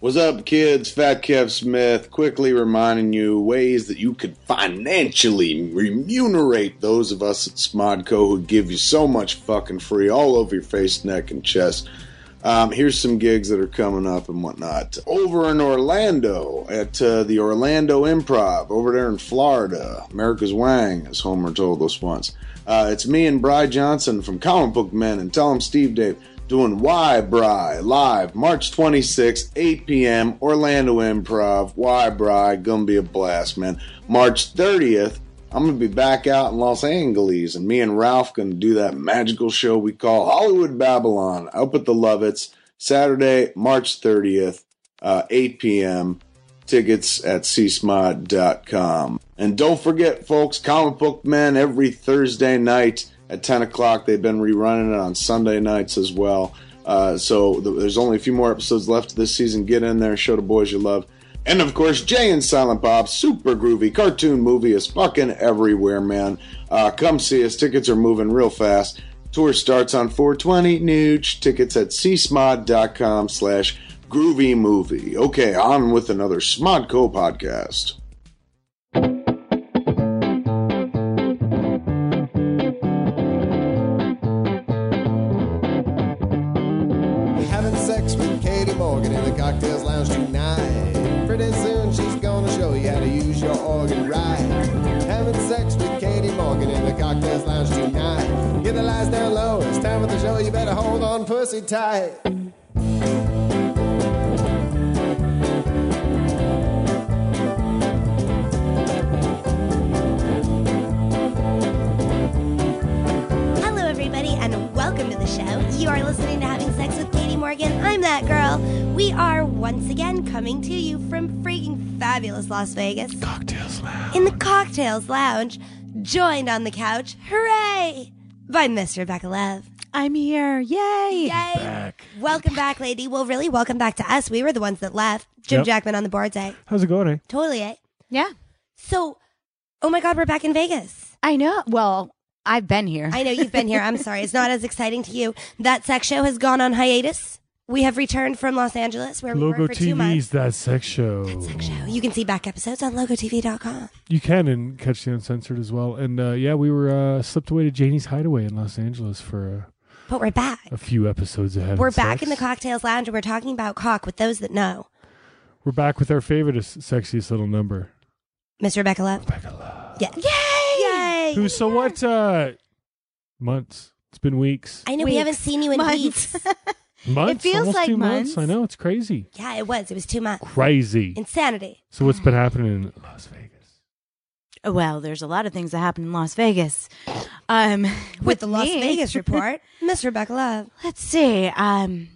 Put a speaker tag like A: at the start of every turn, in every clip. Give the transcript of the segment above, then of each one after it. A: What's up, kids? Fat Kev Smith quickly reminding you ways that you could financially remunerate those of us at Smodco who give you so much fucking free all over your face, neck, and chest. Um, here's some gigs that are coming up and whatnot. Over in Orlando at uh, the Orlando Improv over there in Florida, America's Wang, as Homer told us once. Uh, it's me and Bry Johnson from Comic Book Men and Tell 'em Steve Dave doing Why Bry live March 26, 8 p.m. Orlando Improv. Why Bry, gonna be a blast, man. March 30th, I'm gonna be back out in Los Angeles, and me and Ralph gonna do that magical show we call Hollywood Babylon up at the Lovitz Saturday, March 30th, uh, 8 p.m. Tickets at csmod.com. And don't forget, folks, Comic Book Men every Thursday night at 10 o'clock. They've been rerunning it on Sunday nights as well. Uh, so th- there's only a few more episodes left this season. Get in there, show the boys you love. And of course, Jay and Silent Bob, super groovy cartoon movie is fucking everywhere, man. Uh, come see us. Tickets are moving real fast. Tour starts on 420 Nooch. Tickets at csmod.com slash groovy movie. Okay, on with another Smodco podcast.
B: We're having sex with Katie Morgan in the cocktails lounge tonight. Pretty soon she's gonna show you how to use your organ right. Having sex with Katie Morgan in the cocktails lounge tonight. Get the lights down low, it's time for the show. You better hold on, pussy tight.
C: Hello, everybody, and welcome to the show. You are listening to Having Sex with Katie Morgan. I'm that girl. We are once again coming to you from freaking fabulous Las Vegas. Cocktails Lounge. In the Cocktails Lounge, joined on the couch, hooray, by Miss Rebecca Love.
D: I'm here. Yay.
C: Yay. Welcome back, lady. Well, really, welcome back to us. We were the ones that left. Jim
E: Yep.
C: Jackman on the board day.
E: How's it going? Eh?
C: Totally. eh?
D: Yeah.
C: So, oh my God, we're back in Vegas.
D: I know. Well, I've been here.
C: I know you've been here. I'm sorry. It's not as exciting to you. That sex show has gone on hiatus. We have returned from Los Angeles where we
E: Logo
C: were for two months.
E: TV's that sex show.
C: Sex show. You can see back episodes on logotv.com.
E: You can and catch the uncensored as well. And uh, yeah, we were uh, slipped away to Janie's Hideaway in Los Angeles for
C: But we're back.
E: a, a few episodes ahead.
C: We're back in the cocktails lounge and we're talking about cock with those that know.
E: We're back with our favorite, sexiest little number.
C: Miss Rebecca Love. Yeah. Yay! Yay!
E: Who? So what? Uh, months. It's been weeks.
C: I know we
D: Weeks.
C: haven't seen you in
D: Months.
C: weeks.
E: Months.
D: feels
E: almost
D: like
E: two
D: months.
E: I know it's crazy.
C: Yeah, it was. It was two months.
E: Crazy.
C: Insanity.
E: So what's been happening in Las Vegas?
D: well, there's a lot of things that happen in Las Vegas. Um,
C: With, the Las
D: me-
C: Vegas report, Miss Rebecca Love.
D: Let's see. Um,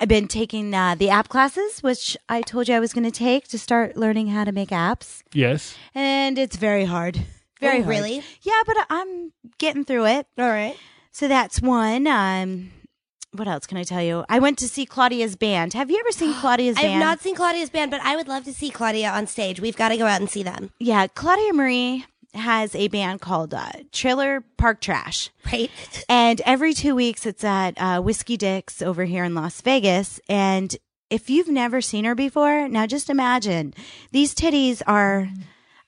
D: I've been taking uh, the app classes, which I told you I was going to take to start learning how to make apps,
E: Yes.
D: and it's very hard. Very
C: Oh,
D: hard.
C: really?
D: Yeah, but I'm getting through it.
C: All right.
D: So that's one. Um, what else can I tell you? I went to see Claudia's band. Have you ever seen Claudia's
C: I
D: band?
C: have not seen Claudia's band, but I would love to see Claudia on stage. We've got to go out and see them.
D: Yeah, Claudia Marie has a band called uh, Trailer Park Trash.
C: Right?
D: And every two weeks it's at uh, Whiskey Dick's over here in Las Vegas. And if you've never seen her before, now just imagine these titties are,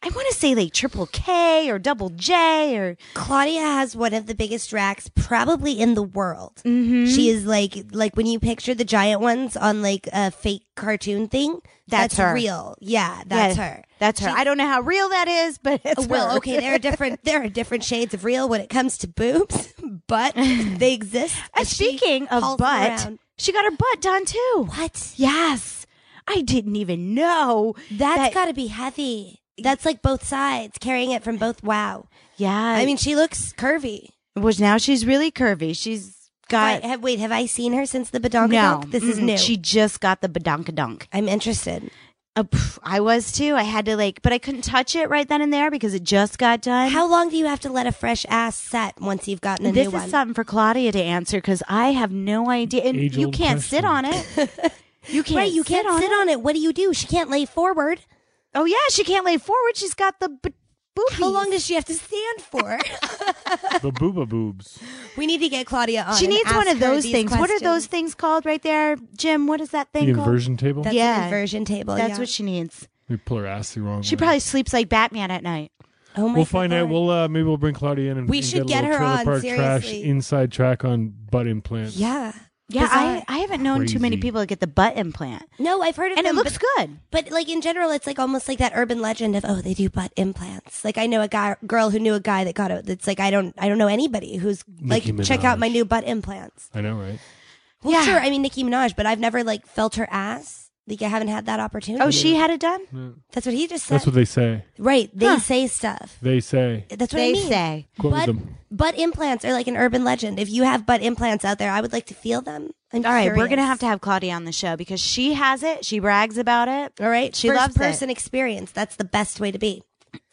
C: Mm.
D: I want to say like triple K or double J or
C: Claudia has one of the biggest racks probably in the world.
D: Mm-hmm.
C: She is like like when you picture the giant ones on like a fake cartoon thing.
D: That's her.
C: real. Yeah, that's
D: Yeah,
C: her.
D: That's her.
C: She-
D: I don't know how real that is, but it's
C: well,
D: her.
C: okay, there are different there are different shades of real when it comes to boobs, but they exist.
D: And Uh, speaking of
C: hauls them
D: butt,
C: around.
D: she got her butt done too.
C: What?
D: Yes. I didn't even know.
C: That's
D: that-
C: got to be heavy. That's like both sides carrying it from both. Wow.
D: Yeah.
C: I mean, she looks curvy.
D: which now she's really curvy. She's got
C: Right, have, wait, have I seen her since the badonka?
D: no.
C: This is
D: Mm-mm.
C: new.
D: She just got the badonkadonk.
C: I'm interested.
D: Uh, pff, I was too. I had to like, but I couldn't touch it right then and there because it just got done.
C: How long do you have to let a fresh ass set once you've gotten a
D: this
C: new
D: is
C: one?
D: something for Claudia to answer because I have no idea, and you
E: Age-old
D: can't sit
E: question.
D: on it. You can't.
C: right, you
D: sit
C: can't
D: on
C: sit
D: it.
C: on it. What do you do? She can't lay forward.
D: Oh yeah, she can't lay forward. She's got the b-
F: boobies.
C: How long does she have to stand for?
E: the booba boobs.
C: we need to get Claudia on.
D: She
C: uh, and
D: needs one
C: ask
D: of
C: her
D: those
C: these
D: things. What are those
C: questions.
D: things called right there, Jim? What is that
E: The
D: thing called?
E: inversion table.
C: That's
D: Yeah.
C: an inversion table.
D: That's
C: yeah.
D: what she needs.
E: we pull her ass the wrong
D: She
E: way.
D: probably sleeps like Batman at night.
C: Oh my
E: We'll find out.
C: God.
E: We'll uh, maybe we'll bring Claudia in and
C: We
E: and
C: should
E: get,
C: get
E: a
C: her
E: little trailer
C: on,
E: park trash
C: seriously.
E: inside track on butt implants.
C: Yeah.
D: Yeah, I,
C: Bizarre.
D: I haven't known too many
E: Crazy.
D: people that get the butt implant.
C: No, I've heard of
D: And it
C: them,
D: looks
C: but,
D: good.
C: But like in general, it's like almost like that urban legend of oh, they do butt implants. Like I know a guy, girl who knew a guy that got it. That's like I don't, I don't know anybody who's like
E: Nicki
C: check out
E: Minaj.
C: my new butt implants.
E: I know, right?
C: Well,
D: Yeah.
C: sure, I mean Nicki Minaj, but I've never like felt her ass. Like I haven't had that opportunity.
D: Oh, she had it done?
C: That's what he just said.
E: That's what they say.
C: right? They
D: Huh.
C: say stuff.
E: They say.
C: That's what
D: They
C: I mean.
D: say.
E: Quote
C: Butt,
E: them.
C: butt implants are like an urban legend. If you have butt implants out there, I would like to feel them. I'm
D: All right, we're
C: curious.
D: going to have to have Claudia on the show because she has it. She brags about it.
C: All right,
D: She
C: first
D: loves it.
C: person experience. That's the best way to be.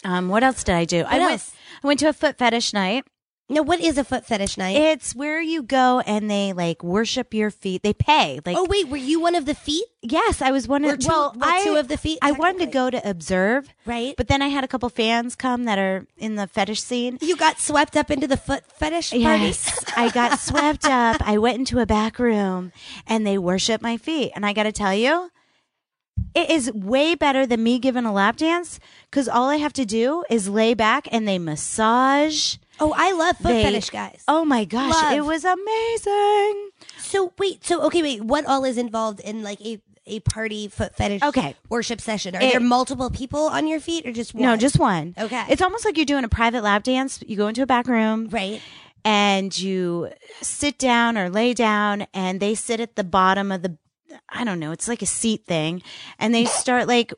D: Um, what else did I do? I went,
C: else?
D: I went to a foot fetish night.
C: Now, what is a foot fetish night?
D: It's where you go and they like worship your feet. They pay. Like,
C: oh wait, were you one of the feet?
D: yes, I was one
C: Or
D: of
C: two-
D: well,
C: well,
D: I,
C: two of the feet,
D: I wanted to
C: technically.
D: go to observe,
C: Right.
D: But then I had a couple fans come that are in the fetish scene.
C: You got swept up into the foot fetish
D: Yes,
C: party.
D: I got swept up. I went into a back room and they worship my feet. And I got to tell you, it is way better than me giving a lap dance because all I have to do is lay back and they massage.
C: Oh, I love foot
D: They-
C: fetish guys.
D: Oh my gosh,
C: Love.
D: it was amazing.
C: So wait, so okay, wait. What all is involved in like a a party foot fetish?
D: Okay.
C: worship session. Are
D: It-
C: there multiple people on your feet or just one?
D: No, just one.
C: Okay.
D: It's almost like you're doing a private lap dance. You go into a back room.
C: right.
D: and you sit down or lay down and they sit at the bottom of the I don't know, it's like a seat thing and they start like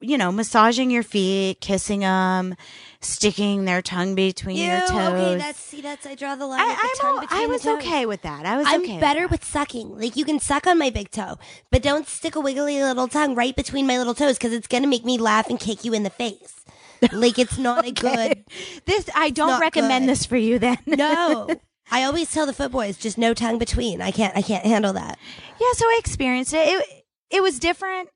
D: you know, massaging your feet, kissing them, sticking their tongue between your
C: Ew,
D: toes.
C: Okay, that's see, that's I draw the line. at the
D: I,
C: tongue
D: I'm all,
C: between
D: I
C: the
D: was
C: toes.
D: okay with that. I was
C: I'm
D: okay.
C: better with sucking. Like you can suck on my big toe, but don't stick a wiggly little tongue right between my little toes because it's gonna make me laugh and kick you in the face. Like it's not a good.
D: This I
C: not
D: don't recommend
C: good.
D: this for you then.
C: No. I always tell the foot boys just no tongue between. I can't I can't handle that.
D: yeah, so I experienced it. It it was different.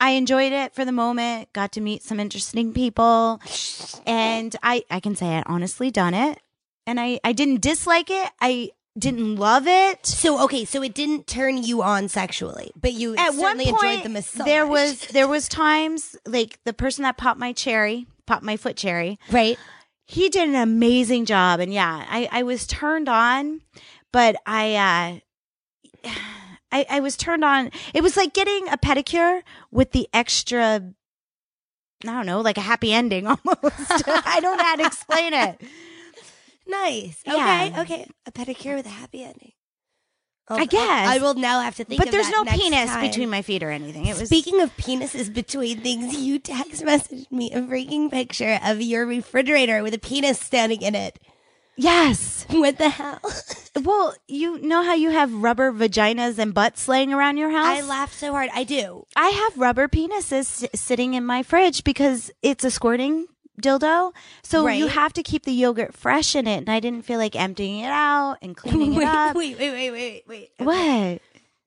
D: I enjoyed it for the moment. Got to meet some interesting people, and I I can say I honestly done it, and I I didn't dislike it. I didn't love it.
C: So okay, so it didn't turn you on sexually, but you
D: At one
C: certainly
D: point,
C: enjoyed the massage.
D: there was there was times like the person that popped my cherry, popped my foot cherry.
C: right.
D: He did an amazing job, and yeah, I I was turned on, but I. uh I, I was turned on. It was like getting a pedicure with the extra, I don't know, like a happy ending almost. I don't know how to explain it.
C: Nice.
D: Yeah.
C: Okay. Okay. A pedicure with a happy ending.
D: I guess.
C: Um, I will now have to think.
D: but
C: of
D: there's
C: that
D: no
C: next
D: penis
C: time.
D: between my feet or anything. It was
C: Speaking of penises between things, you text messaged me a freaking picture of your refrigerator with a penis standing in it.
D: yes.
C: What the hell?
D: Well, you know how you have rubber vaginas and butts laying around your house.
C: I laughed so hard. I do.
D: I have rubber penises s- sitting in my fridge because it's a squirting dildo. So you
C: Right.
D: have to keep the yogurt fresh in it, and I didn't feel like emptying it out and cleaning it
C: wait,
D: up.
C: wait, wait, wait, wait, wait.
D: What?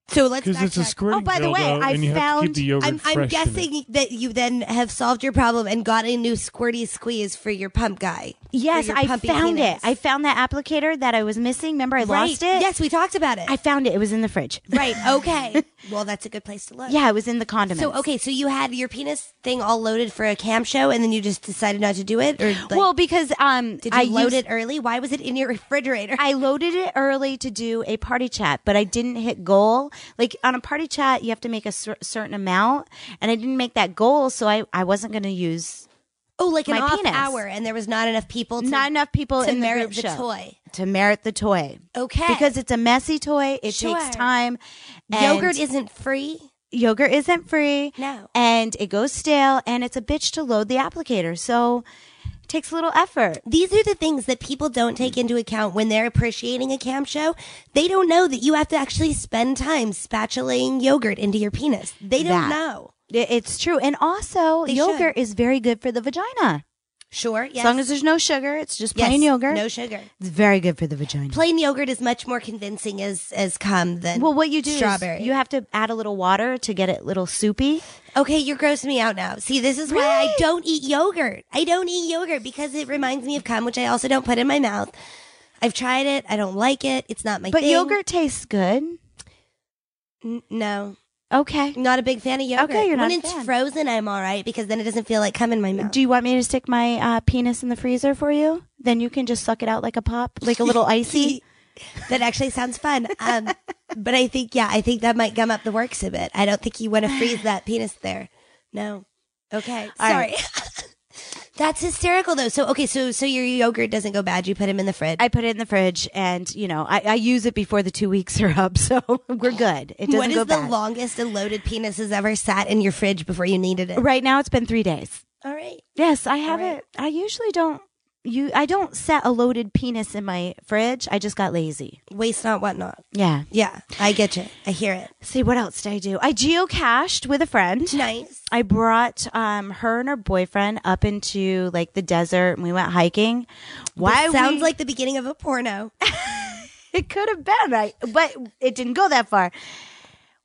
C: So let's
E: Because it's a
C: backtrack.
E: squirting
D: Oh, by the way,
E: dildo,
D: I
E: and you have to keep
D: found-
E: the yogurt
C: I'm,
E: fresh in
C: I'm
E: it.
C: guessing that you then have solved your problem and got a new squirty squeeze for your pump guy.
D: Yes,
C: For your
D: I
C: pumpy
D: found
C: penis.
D: it. I found that applicator that I was missing. Remember, I
C: Right.
D: lost it.
C: Yes, we talked about it.
D: I found it. It was in the fridge.
C: right. Okay. well, that's a good place to look.
D: Yeah, it was in the condiments.
C: So okay, so you had your penis thing all loaded for a cam show, and then you just decided not to do it, or like,
D: well, because um,
C: did you
D: I
C: load
D: used-
C: it early? Why was it in your refrigerator?
D: I loaded it early to do a party chat, but I didn't hit goal. Like on a party chat, you have to make a cer- certain amount, and I didn't make that goal, so I, I wasn't going to use
C: oh, like an
D: my
C: off
D: penis.
C: hour, and there was not enough people. To,
D: not enough people
C: to
D: in the
C: merit
D: group
C: the
D: show
C: toy.
D: to merit the toy.
C: Okay.
D: because it's a messy toy. It
C: Sure.
D: takes time. and
C: yogurt isn't free.
D: yogurt isn't free.
C: No.
D: and it goes stale, and it's a bitch to load the applicator, so it takes a little effort.
C: These are the things that people don't take into account when they're appreciating a cam show. They don't know that you have to actually spend time spatulating yogurt into your penis. They don't
D: That.
C: know.
D: I- It's true, and also
C: They
D: yogurt is very good for the vagina.
C: Sure. Yes.
D: As long as there's no sugar, it's just
C: Yes,
D: plain yogurt.
C: No sugar.
D: it's very good for the vagina.
C: Plain yogurt is much more convincing as as come than
D: well, what you do
C: strawberry.
D: is you have to add a little water to get it little soupy.
C: Okay, you're grossing me out now. See, this is why I
D: Really?
C: don't eat yogurt. I don't eat yogurt because it reminds me of cum, which I also don't put in my mouth. I've tried it. I don't like it. It's not my
D: But
C: thing.
D: yogurt tastes good.
C: N- no,
D: Okay.
C: not a big fan of yogurt.
D: Okay, you're not
C: when
D: a
C: it's
D: fan.
C: frozen, I'm all right because then it doesn't feel like cum in my mouth.
D: Do you want me to stick my uh, penis in the freezer for you? Then you can just suck it out like a pop, like a little icy.
C: that actually sounds fun. Um, but I think, yeah, I think that might gum up the works a bit. I don't think you want to freeze that penis there. No. Okay.
D: All
C: Sorry.
D: right.
C: That's hysterical though. So okay, so so your yogurt doesn't go bad. You put him in the fridge.
D: I put it in the fridge, and you know I, I use it before the two weeks are up, so we're good. It doesn't
C: What is
D: go
C: the
D: bad.
C: longest a loaded penis has ever sat in your fridge before you needed it?
D: right now, it's been three days.
C: All right.
D: Yes, I have
C: right.
D: it. I usually don't. You, I don't set a loaded penis in my fridge. I just got lazy.
C: Waste not, what not.
D: Yeah.
C: Yeah, I get you. I hear it.
D: See what else did I do? I geocached with a friend.
C: Nice.
D: I brought um, her and her boyfriend up into like the desert, and we went hiking. Why
C: This sounds
D: we-
C: like the beginning of a porno.
D: it could have been I, but it didn't go that far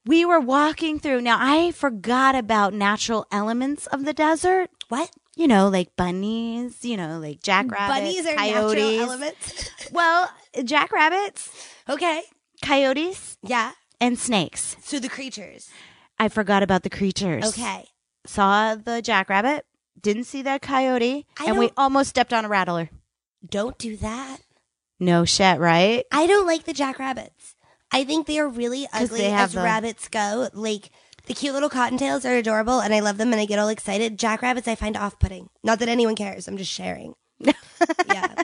D: we were walking through now i forgot about natural elements of the desert
C: What?
D: you know like bunnies you know like jackrabbits
C: Bunnies are
D: coyotes
C: natural elements.
D: well jackrabbits
C: okay.
D: coyotes
C: Yeah.
D: and snakes
C: So the creatures.
D: i forgot about the creatures
C: Okay.
D: saw the jackrabbit didn't see that coyote
C: I
D: and we
C: don't-
D: almost stepped on a rattler
C: Don't do that.
D: no shit right
C: I don't like the jackrabbits. I think they are really
D: 'Cause
C: ugly
D: they have
C: as
D: the-
C: rabbits go. Like the cute little cottontails are adorable and I love them and I get all excited. Jackrabbits I find off putting. Not that anyone cares. I'm just sharing. yeah.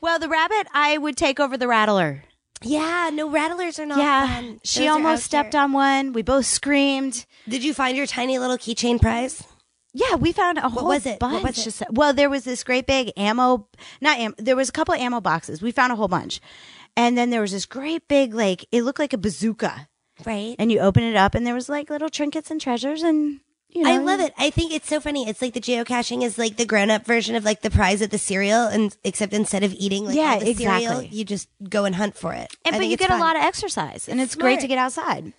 D: well the rabbit i would take over the rattler
C: Yeah, no rattlers are not
D: yeah,
C: fun.
D: she
C: Those are out
D: almost stepped
C: there.
D: on one. We both screamed.
C: Did you find your tiny little keychain prize?
D: Yeah, we found a whole
C: was it? What
D: bunch.
C: was it?
D: Just- well, there was this great big ammo, not ammo. There was a couple ammo boxes. We found a whole bunch, and then there was this great big like it looked like a bazooka,
C: Right.
D: and you open it up, and there was like little trinkets and treasures, and you know,
C: I love it. I think it's so funny. It's like the geocaching is like the grown up version of like the prize at the cereal and except instead of eating like
D: Yeah,
C: all the cereal,
D: exactly.
C: you just go and hunt for it.
D: And,
C: I
D: but
C: think
D: you
C: it's
D: get
C: fun.
D: a lot of exercise, and it's
C: smart.
D: great to get outside.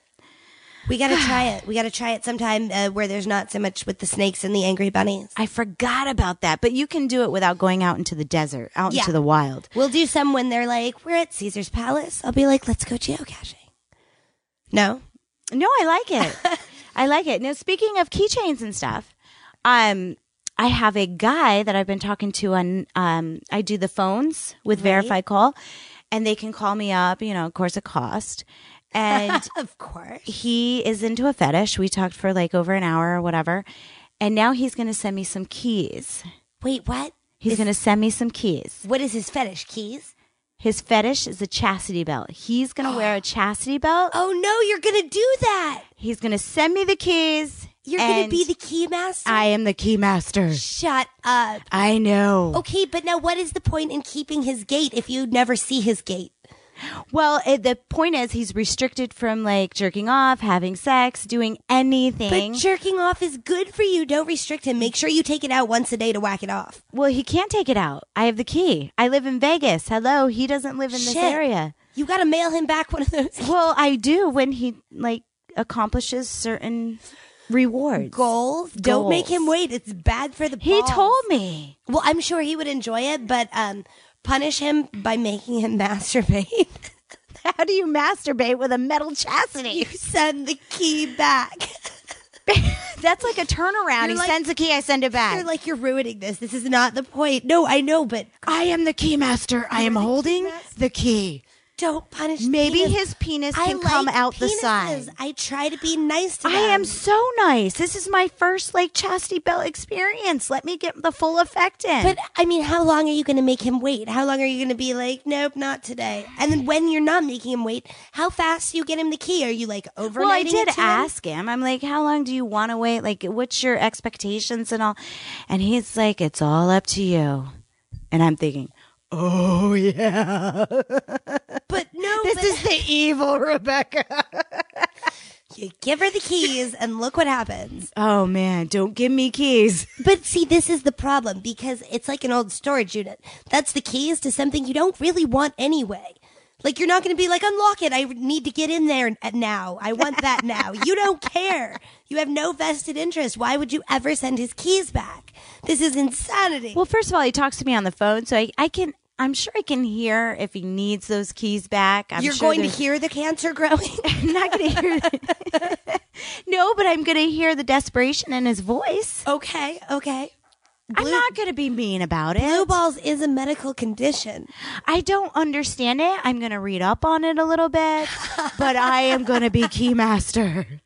C: We got to try it. We got to try it sometime uh, where there's not so much with the snakes and the angry bunnies.
D: I forgot about that, but you can do it without going out into the desert, out
C: Yeah.
D: into the wild.
C: We'll do some when they're like, we're at Caesar's Palace. I'll be like, let's go geocaching. No?
D: No, I like it. I like it. Now, speaking of keychains and stuff, um, I have a guy that I've been talking to on. Um, I do the phones with Verify Call, and they can call me up. You know, of course, a cost. And
C: Of course.
D: he is into a fetish. We talked for like over an hour or whatever, and now he's going to send me some keys.
C: Wait, what?
D: He's going to send me some keys.
C: What is his fetish? Keys?
D: His fetish is a chastity belt. He's going to wear a chastity belt.
C: Oh no, you're going to do that.
D: He's going to send me the keys.
C: You're going to
D: and
C: be the key master.
D: I am the key master.
C: Shut up.
D: I know.
C: Okay, but now what is the point in keeping his gate if you never see his gate?
D: Well, it, the point is, he's restricted from like jerking off, having sex, doing anything.
C: But jerking off is good for you. Don't restrict him. Make sure you take it out once a day to whack it off.
D: well, he can't take it out. I have the key. I live in Vegas. Hello, he doesn't live in this
C: Shit.
D: area.
C: You got to mail him back one of those
D: Well, I do when he like accomplishes certain rewards.
C: goals. Don't make him
D: Goals.
C: wait. It's bad for the.
D: He
C: balls.
D: told me.
C: Well, I'm sure he would enjoy it, but um, punish him by making him masturbate.
D: How do you masturbate with a metal chastity?
C: you send the key back.
D: That's like a turnaround.
C: You're
D: he
C: like-
D: sends the key, I send it
C: You're
D: back.
C: like you're ruining this. This is not the point. No, I know, but
D: I am the key master. I am holding the key.
C: don't punish.
D: Maybe
C: penis.
D: his penis
C: I
D: can come
C: like
D: out the
C: penises.
D: side.
C: I try to be nice to
D: I
C: them.
D: am so nice. This is my first like chastity belt experience. Let me get the full effect in.
C: But I mean, how long are you going to make him wait? How long are you going to be like, nope, not today? And then when you're not making him wait, how fast do you get him the key? Are you like overnighting?
D: well, I did
C: it to him?
D: ask him. I'm like, "How long do you want to wait? Like, what's your expectations and all?" And he's like, "It's all up to you." And I'm thinking, "Oh yeah,
C: but no,
D: this
C: but
D: is the evil Rebecca."
C: You give her the keys and look what happens.
D: Oh man, don't give me keys.
C: But see, this is the problem because it's like an old storage unit. That's the keys to something you don't really want anyway. Like you're not going to be like unlock it. I need to get in there n- now. I want that now. you don't care. You have no vested interest. Why would you ever send his keys back? This is insanity.
D: Well, first of all, he talks to me on the phone, so I, I can. I'm sure I can hear if he needs those keys back. I'm
C: you're
D: sure
C: going to
D: there's-
C: hear the cancer growing.
D: I'm not going to hear. no, but I'm going to hear the desperation in his voice.
C: okay, okay.
D: I'm not going to be mean about it.
C: Blue balls is a medical condition.
D: I don't understand it. I'm going to read up on it a little bit, but I am going to be keymaster.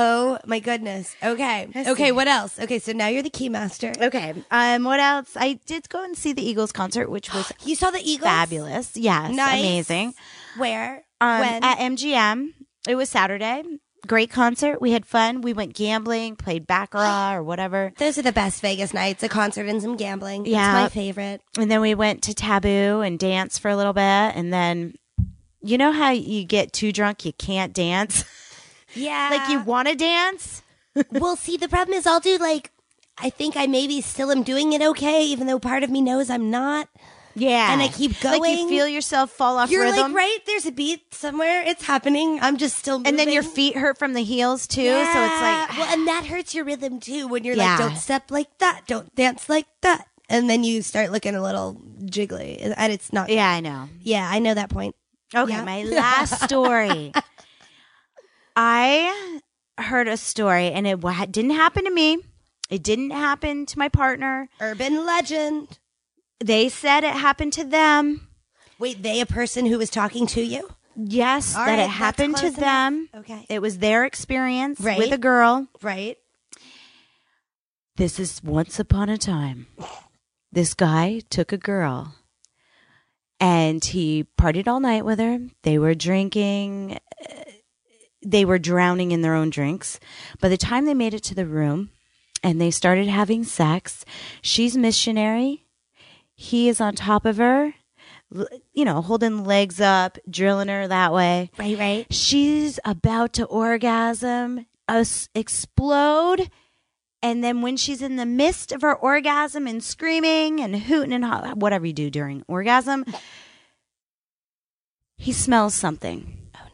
C: Oh my goodness. Okay. Okay. What else? Okay. So now you're the key master.
D: Okay. Um. What else? I did go and see the Eagles concert, which was
C: You saw the eagles.
D: fabulous. Yes,
C: Nice.
D: amazing.
C: Where?
D: Um,
C: when?
D: at MGM, it was Saturday. Great concert. We had fun. We went gambling, played baccarat or whatever,
C: Those are the best Vegas nights. A concert and some gambling.
D: Yeah.
C: It's my favorite.
D: and then we went to Taboo and danced for a little bit, and then. You know how you get too drunk, you can't dance?
C: Yeah.
D: like, you want to dance?
C: well, see, the problem is I'll do like, I think I maybe still am doing it okay, even though part of me knows I'm not.
D: Yeah.
C: And I keep
D: Like,
C: going.
D: you feel yourself fall off
C: You're like,
D: rhythm.
C: right? There's a beat somewhere. It's happening. I'm just still moving.
D: And then your feet hurt from the heels, too. So it's
C: Yeah.
D: like,
C: well, and that hurts your rhythm too when you're
D: Yeah.
C: like, don't step like that, don't dance like that. And then you start looking a little jiggly. And it's not.
D: yeah, I know.
C: Yeah, I know that point.
D: Okay,
C: Yeah.
D: my last story. I heard a story, and it wa- didn't happen to me. It didn't happen to my partner.
C: Urban legend.
D: They said it happened to them.
C: Wait, they a person who was talking to you?
D: Yes,
C: All
D: that
C: right,
D: it
C: that's
D: happened to
C: close enough.
D: them.
C: Okay.
D: It was their experience
C: Right.
D: with a girl.
C: Right?
D: This is once upon a time. This guy took a girl and he partied all night with her. They were drinking, uh, they were drowning in their own drinks. By the time they made it to the room and they started having sex, she's missionary. He is on top of her, l- you know, holding legs up, drilling her that way.
C: Right, right.
D: She's about to orgasm, us explode. And then when she's in the midst of her orgasm and screaming and hooting and ho- whatever you do during orgasm, he smells something. Oh no.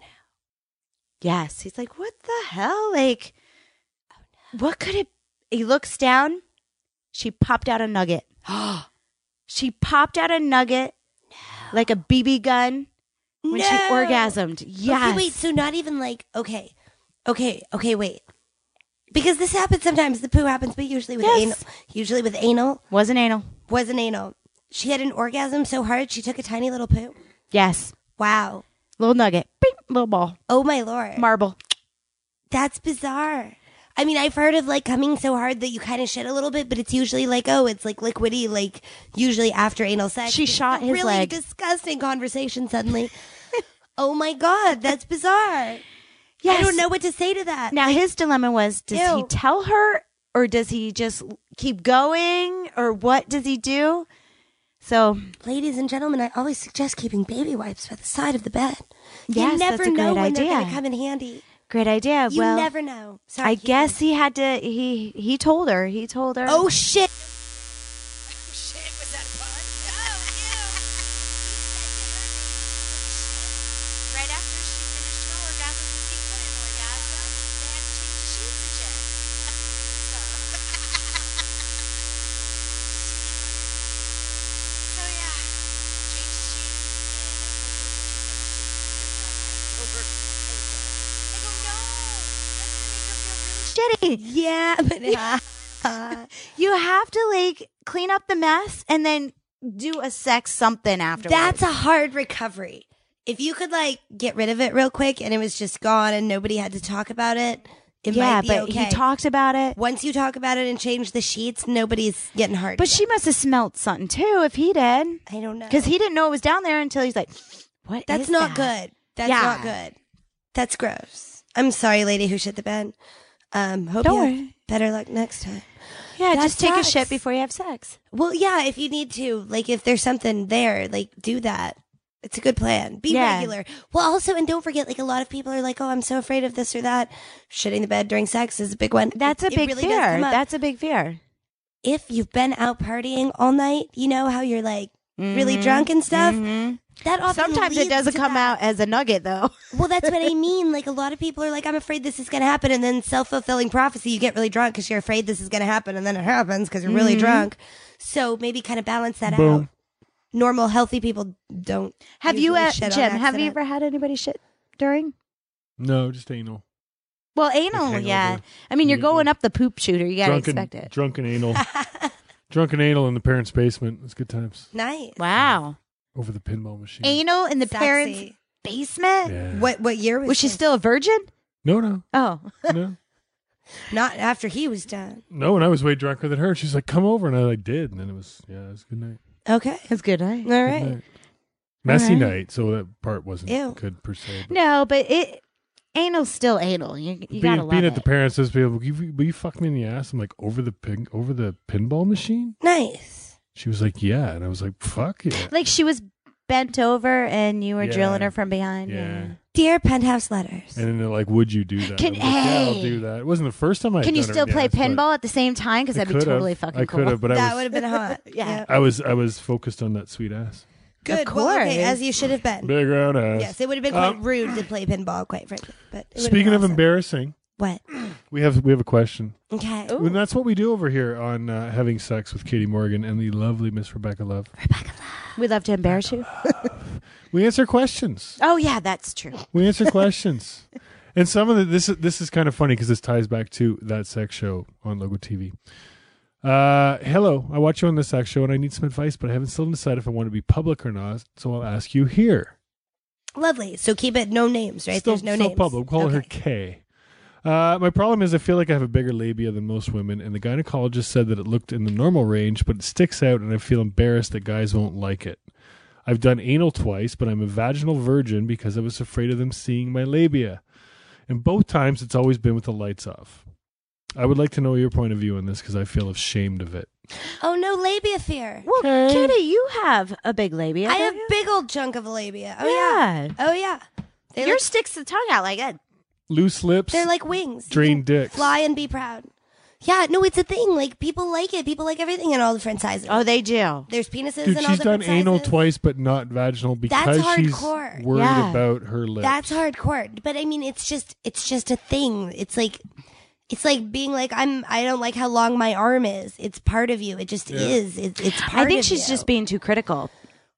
D: Yes. He's like, what the hell? Like, what could it? He looks down. She popped out a nugget. she popped out a nugget like a BB gun when she
C: No.
D: orgasmed. Yes.
C: Okay, wait, so not even like, okay, okay, okay, wait. Because this happens sometimes. The poo happens, but usually with
D: Yes.
C: anal. Usually with anal.
D: Wasn't anal.
C: Was an anal. She had an orgasm so hard she took a tiny little poo.
D: Yes.
C: Wow.
D: Little nugget. Bing, little ball.
C: Oh my lord.
D: Marble.
C: That's bizarre. I mean, I've heard of like coming so hard that you kind of shit a little bit, but it's usually like, oh, it's like liquidy, like usually after anal sex.
D: She
C: It's
D: shot
C: a
D: his
C: really
D: leg.
C: disgusting conversation suddenly. oh my god, that's bizarre. I don't know what to say to that.
D: Now his dilemma was does he
C: Ew.
D: tell her or does he just keep going or what does he do? So
C: Ladies and gentlemen, I always suggest keeping baby wipes by the side of the bed. you
D: Yes,
C: never
D: that's a
C: know
D: great
C: when they're going to
D: idea.
C: come in handy.
D: great idea.
C: You
D: well,
C: never know. Sorry,
D: I
C: keep
D: guess he had to he he told her. He told her.
C: going. Oh shit.
F: Right after she finished her orgasm, because he couldn't orgasm, they had to change the sheets again. so, so yeah, change the sheets, and I was like, "Did you finish your orgasm?" I go, no, that's gonna make her feel really
D: shitty.
C: Yeah, but uh,
D: You have to like clean up the mess and then do a sex something afterwards.
C: that's a hard recovery. If you could like get rid of it real quick and it was just gone and nobody had to talk about it, it
D: yeah,
C: might be
D: but
C: okay.
D: he talked about it.
C: Once you talk about it and change the sheets, nobody's getting hard.
D: But she must have smelled something too if he did.
C: I don't know
D: Because he didn't know it was down there until he's like, "What?
C: That's
D: is
C: not
D: that?"
C: good. That's
D: Yeah.
C: not good. That's gross. I'm sorry, lady who shit the bed. Um, hope
D: Don't
C: you have
D: worry.
C: better luck next time.
D: Yeah,
C: That
D: just take a
C: sucks.
D: shit before you have sex.
C: Well, yeah, if you need to, like, if there's something there, like, do that. It's a good plan. Be
D: Yeah.
C: regular. Well, also, and don't forget, like a lot of people are like, "Oh, I'm so afraid of this or that." Shitting the bed during sex is a big one.
D: That's a
C: It- it
D: big
C: really does
D: fear.
C: come up.
D: That's a big fear.
C: if you've been out partying all night. You know how you're like really drunk and stuff.
D: Mhm.
C: That often
D: Mm-hmm. Sometimes it
C: leads
D: doesn't
C: to
D: come
C: that.
D: out as a nugget though.
C: Well, that's what I mean. Like a lot of people are like, "I'm afraid this is going to happen," and then self fulfilling prophecy. You get really drunk because you're afraid this is going to happen, and then it happens because you're really drunk. So maybe kind of balance that out.
E: Boom.
C: Normal, healthy people don't.
D: Have you,
C: usually
D: uh,
C: shit on
D: Jim? Have you
C: accident.
D: ever had anybody shit during?
E: No, just anal.
D: Well, anal,
E: hangover.
D: yeah. I mean, you're
E: Yeah.
D: going up the poop shooter. You gotta
E: Mm-hmm. drunken,
D: expect it.
E: drunken anal. drunken anal in the parents' basement. It's good times.
C: Nice.
D: Wow,
E: Over the pinball machine.
D: anal in the
C: Sexy.
D: parents' basement.
E: Yeah.
C: What what year was
D: Was she
C: this?
D: still a virgin?
E: No, no,
D: Oh,
E: no,
C: Not after he was done.
E: no. And I was way drunker than her. She's like, "Come over," and I like did, and then it was yeah, it was good night.
C: Okay.
D: that's good.
C: All
D: Right?
E: Good
C: right.
E: night. Messy
D: All right.
E: night, so that part wasn't
C: Ew.
E: good per se. but-
D: No, but it anal's still anal. You, you
E: being
D: gotta love
E: being
D: it.
E: at the parents' house, people, will you, will you fuck me in the ass? I'm like, over the pin, over the pinball machine.
C: Nice.
E: She was like, yeah, and I was like, fuck yeah,
D: like she was bent over and you were
E: Yeah.
D: drilling her from behind.
E: yeah.
C: Dear penthouse letters.
E: And then they're like, would you do that?
D: Can-
E: I'm like, yeah, I'll
D: hey.
E: do that. It wasn't the first time I. had
D: Can you
E: done it
D: still
E: in the
D: play
E: ass, but
D: pinball at the same time? Because
E: I
D: that'd be
E: could've.
D: totally fucking
E: I could
D: cool.
E: have, but
C: that
E: I
C: would have
E: was,
C: been hot.
D: Yeah.
E: I was, I was focused on that sweet ass,
C: Good.
D: Of
C: Well, okay,
D: course.
C: as you should have been.
E: big round ass.
C: Yes, it would have been quite
E: Um,
C: rude to play pinball, quite frankly. But it would have been
E: Speaking of
C: awesome.
E: embarrassing,
C: what?
E: we have we have a question.
C: Okay.
D: Ooh.
E: And that's what we do over here on uh, having sex with Katie Morgan and the lovely Miss Rebecca Love.
D: We'd love to embarrass you.
E: We answer questions.
D: Oh yeah, that's true.
E: We answer questions. And some of the this is this is kind of funny because this ties back to that sex show on Logo TV. Uh, hello, I watch you on the sex show and I need some advice, but I haven't still decided if I want to be public or not, so I'll ask you here.
C: Lovely. So keep it no names, right?
E: Still,
C: There's no
E: still
C: names.
E: public. We'll call her K. Uh, my problem is I feel like I have a bigger labia than most women, and the gynecologist said that it looked in the normal range, but it sticks out, and I feel embarrassed that guys won't like it. I've done anal twice, but I'm a vaginal virgin because I was afraid of them seeing my labia. And both times, it's always been with the lights off. I would like to know your point of view on this because I feel ashamed of it.
C: Oh no, labia fear.
D: Well,
E: Okay.
D: Kitty, you have a big labia.
C: I
D: don't
C: have
D: you?
C: big old chunk of labia. Oh yeah.
D: Yeah.
C: Oh yeah. They look-
D: Yours sticks the tongue out like that.
E: Loose lips,
C: They're like wings. You
E: drain
C: can
E: dicks.
C: Fly and be proud. Yeah, no, it's a thing. Like people like it. People like everything in all different sizes.
D: Oh, they do.
C: There's penises
E: Dude,
C: in all
E: she's done
C: different
E: anal
C: sizes.
E: twice, but not vaginal because she's
C: hardcore.
E: worried
D: Yeah.
E: about her lips.
C: That's hardcore. But I mean, it's just it's just a thing. It's like it's like being like I'm. I don't like how long my arm is. It's part of you. It just is. It's it's part.
D: I think
C: of
D: she's
C: you.
D: just being too critical.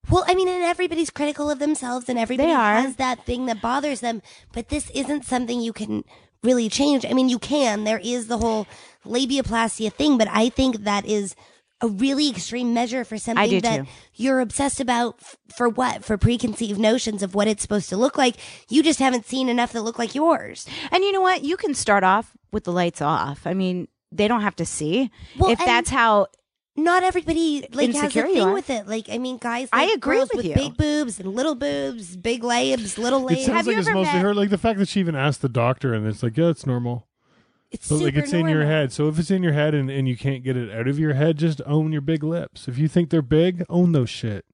C: Well, I mean, and everybody's critical of themselves, and everybody
D: They are.
C: has that thing that bothers them. But this isn't something you can really change. I mean, you can. There is the whole labiaplastia thing, but I think that is a really extreme measure for something
D: do
C: that
D: too.
C: you're obsessed about. F- for what? For preconceived notions of what it's supposed to look like. You just haven't seen enough that look like yours.
D: And you know what? You can start off with the lights off. I mean, they don't have to see.
C: Well,
D: if
C: and-
D: that's how
C: Not everybody like
D: Insecure
C: has a
D: you
C: thing
D: are.
C: with it. Like, I mean, guys.
D: I
C: like
D: agree
C: girls
D: with you.
C: Big boobs and little boobs, big labs, little labs.
E: It sounds
D: Have
E: like
D: you
E: it's
D: ever
E: mostly
D: met-
E: her. Like the fact that she even asked the doctor, and it's like, yeah, it's normal.
C: it's
E: But like,
C: super
E: it's in your
C: normal.
E: head. So if it's in your head and, and you can't get it out of your head, just own your big lips. If you think they're big, own those shit.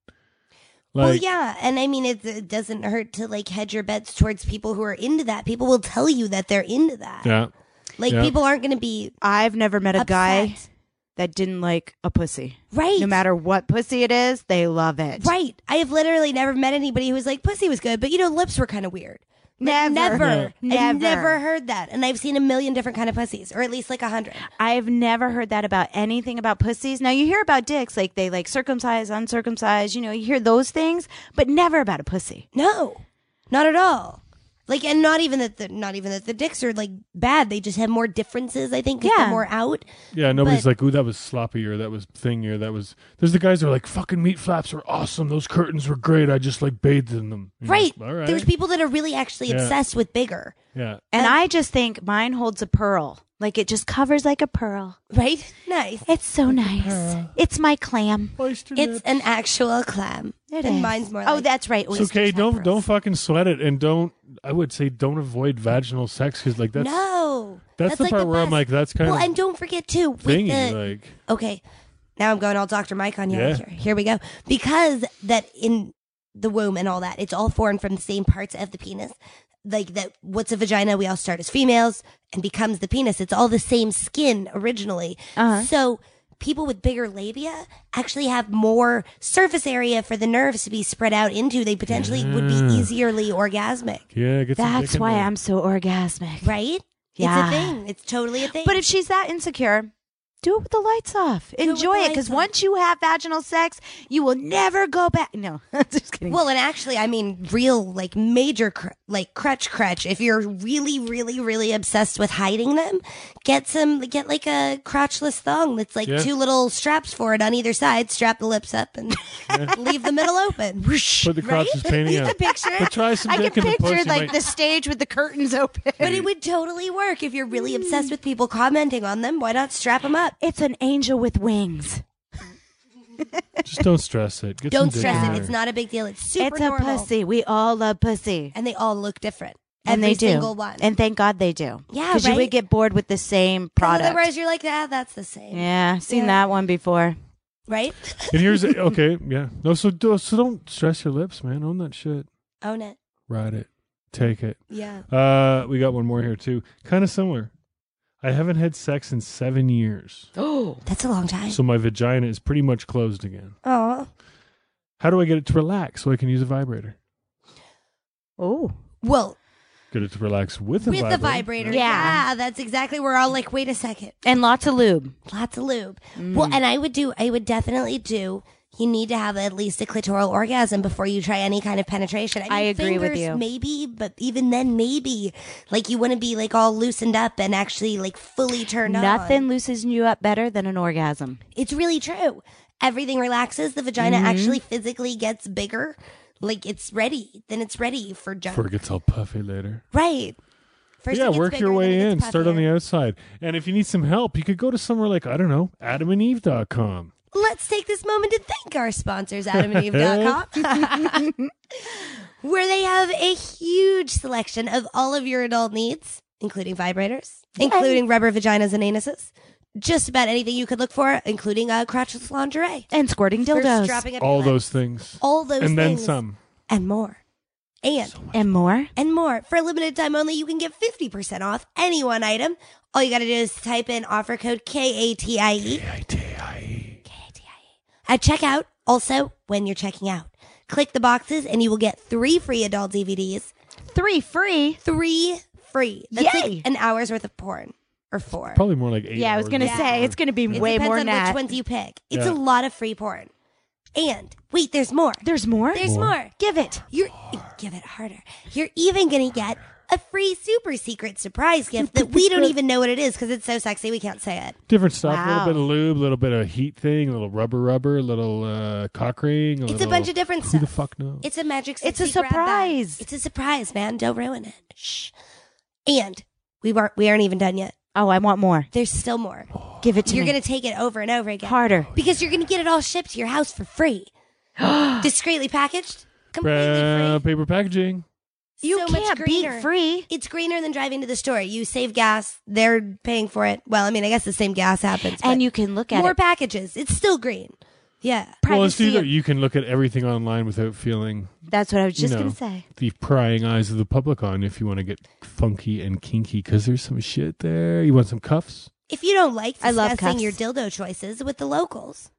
E: Like,
C: well, yeah, and I mean, it, it doesn't hurt to like hedge your bets towards people who are into that. People will tell you that they're into that.
E: yeah.
C: Like
E: yeah.
C: people aren't going to be
D: I've never met a guy
C: upset.
D: that didn't like a pussy.
C: right?
D: No matter what pussy it is, they love it.
C: right. I have literally never met anybody who was like, "Pussy was good," but you know, lips were kind of weird. Like,
D: Never.
C: never,
D: No.
C: I've
D: Never.
C: never heard that, and I've seen a million different kind of pussies, or at least like a hundred.
D: I've never heard that about anything about pussies. Now you hear about dicks, like they like circumcised, uncircumcised, you know, you hear those things, but never about a pussy.
C: No, not at all. Like, and not even that the not even that the dicks are like bad. They just have more differences. I think. 'cause they're
D: Yeah.
C: more out.
E: Yeah, nobody's like, ooh, that was sloppy or that was thingy or that was. There's the guys that are like, fucking meat flaps were awesome. Those curtains were great. I just like bathed in them. You know,
C: Right.
E: Mm. All right.
C: There's people that are really actually
E: Yeah.
C: obsessed with bigger.
E: yeah.
D: And I just think mine holds a pearl. Like it just covers like a pearl.
C: Right? Nice.
D: It's so nice. It's my clam.
E: Oyster
C: It's an actual clam.
D: It
C: and
D: is.
C: mine's more
D: Oh,
C: like
D: that's right.
E: It's
D: oysters
E: okay.
D: have
E: Don't
D: pearls.
E: don't fucking sweat it, and don't. I would say don't avoid vaginal sex because like that's
C: No.
E: That's the
C: like
E: part where I'm
C: best.
E: like, that's kind
C: Well,
E: of
C: and don't forget too with
E: thingy.
C: the-
E: like,
C: okay. Now I'm going all Dr. Mike on you.
E: Yeah.
C: Here, here we go. Because that in the womb and all that. It's all formed from the same parts of the penis. Like that, what's a vagina? We all start as females and becomes the penis. It's all the same skin originally.
D: Uh-huh.
C: So people with bigger labia actually have more surface area for the nerves to be spread out into. They potentially would be
E: Yeah.
C: easierly orgasmic,
E: Yeah, get some dick
D: That's
E: in
D: why
E: there.
D: I'm so orgasmic.
C: right?
D: Yeah.
C: It's a thing. It's totally a thing.
D: But if she's that insecure, do it with the lights off.
C: it with
D: Enjoy
C: the
D: it because
C: lights off.
D: once you have vaginal sex, you will never go back. No, just kidding.
C: Well, and actually, I mean, real, like, major, cr- like, crutch, crutch. If you're really, really, really obsessed with hiding them, get some, get like a crotchless thong that's like
E: Yeah.
C: two little straps for it on either side. Strap the lips up and leave the middle open.
E: Put the crotchless painting
C: You
E: out.
C: can picture
E: But
C: it.
E: try some
D: I can
E: dick in the pussy.
D: picture
E: you
D: like
E: might-
D: the stage with the curtains open.
C: But it would totally work if you're really obsessed
D: Mm.
C: with people commenting on them. Why not strap them up?
D: It's an angel with wings.
E: Just don't stress it. Get some
C: Don't
E: dick
C: stress
E: in
C: it.
E: there.
C: It's not a big deal. It's super
D: it's a
C: normal.
D: pussy. We all love pussy.
C: And they all look different.
D: And
C: Every
D: they do.
C: single one.
D: And thank God they do.
C: Yeah,
D: Because you
C: right?
D: would get bored with the same product.
C: Otherwise, you're like, ah, that's the same.
D: yeah, seen
C: Yeah.
D: that one before.
C: Right?
E: And here's okay, yeah. No, so do, so don't stress your lips, man. Own that shit.
C: Own it.
E: Ride it. Take it.
C: Yeah.
E: Uh, we got one more here too. Kind of similar. I haven't had sex in seven years,
D: Oh.
C: That's a long time.
E: so my vagina is pretty much closed again.
C: Oh.
E: How do I get it to relax so I can use a vibrator?
D: Oh.
C: Well,
E: Get it to relax with a
C: with
E: vibrator.
C: the vibrator.
D: Yeah.
C: that's exactly. We're all like, wait a second.
D: And lots of lube.
C: Lots of lube. Well,
D: Mm.
C: and I would do, I would definitely do. You need to have at least a clitoral orgasm before you try any kind of penetration. I, mean,
D: I agree with
C: fingers,
D: you.
C: Maybe, but even then, maybe like you want to be like all loosened up and actually like fully turned on.
D: Nothing loosens you up better than an orgasm.
C: It's really true. Everything relaxes. The vagina
D: Mm-hmm.
C: actually physically gets bigger. Like it's ready. Then it's ready for junk.
E: Before it gets all puffy later.
C: right. First it
E: yeah,
C: gets
E: work
C: bigger,
E: your
C: then
E: way
C: it
E: in.
C: gets
E: Start on
C: puffier.
E: the outside. And if you need some help, you could go to somewhere like, I don't know, adamandeve.com.
C: Let's take this moment to thank our sponsors, adamandeve.com, where they have a huge selection of all of your adult needs, including vibrators, including rubber vaginas and anuses, just about anything you could look for, including uh, crotchless lingerie.
D: And squirting
C: for
D: dildos.
C: strapping up your
E: All
C: leg.
E: those things.
C: All those
E: and then
C: things.
E: some.
C: And more. And
D: And more.
C: and more. For a limited time only, you can get 50% off any one item. All you got to do is type in offer code KATIE. E. At checkout, also when you're checking out, click the boxes and you will get three free adult DVDs.
D: Three free.
C: Three free. That's
D: Yay!
C: like an hour's worth of porn or four.
E: Probably more like eight.
D: Yeah, I was
E: hours
D: going to
E: of
D: say,
E: porn.
D: it's going to be
C: It
D: way
C: depends
D: more
C: on
D: than that.
C: which ones you pick. It's
E: Yeah.
C: a lot of free porn. And wait, there's more.
D: There's more?
C: There's more.
D: Give it.
C: You're give it harder. You're even gonna get a free super secret surprise gift that we don't even know what it is because it's so sexy we can't say it.
E: Different stuff. A
D: Wow.
E: little bit of lube, a little bit of heat thing, a little rubber rubber, a little uh, cock ring.
C: It's a
E: little-
C: bunch of different
E: Who
C: stuff.
E: the fuck knows?
C: It's a magic.
D: It's a
C: sexy grab bag.
D: surprise.
C: It's a surprise, man. Don't ruin it. Shh. And we weren't. We aren't even done yet.
D: Oh, I want more.
C: There's still more.
D: Give it to
C: You're
D: me.
C: gonna take it over and over again.
D: Harder.
C: Because you're gonna get it all shipped to your house for free, discreetly packaged, completely
E: Uh,
C: free.
E: paper packaging.
D: You
C: so much
D: can't
C: greener.
D: beat free.
C: It's greener than driving to the store. You save gas. They're paying for it. Well, I mean, I guess the same gas happens. but
D: And you can look at
C: more
D: it.
C: packages. It's still green. Yeah.
E: Well, it's
D: Privacy
E: either
D: of-
E: you can look at everything online without feeling
D: That's what I was
E: you
D: just
E: know,
D: going to say.
E: the prying eyes of the public on if you want to get funky and kinky because there's some shit there. You want some cuffs?
C: If you don't like
D: I love
C: discussing
D: cuffs.
C: your dildo choices with the locals,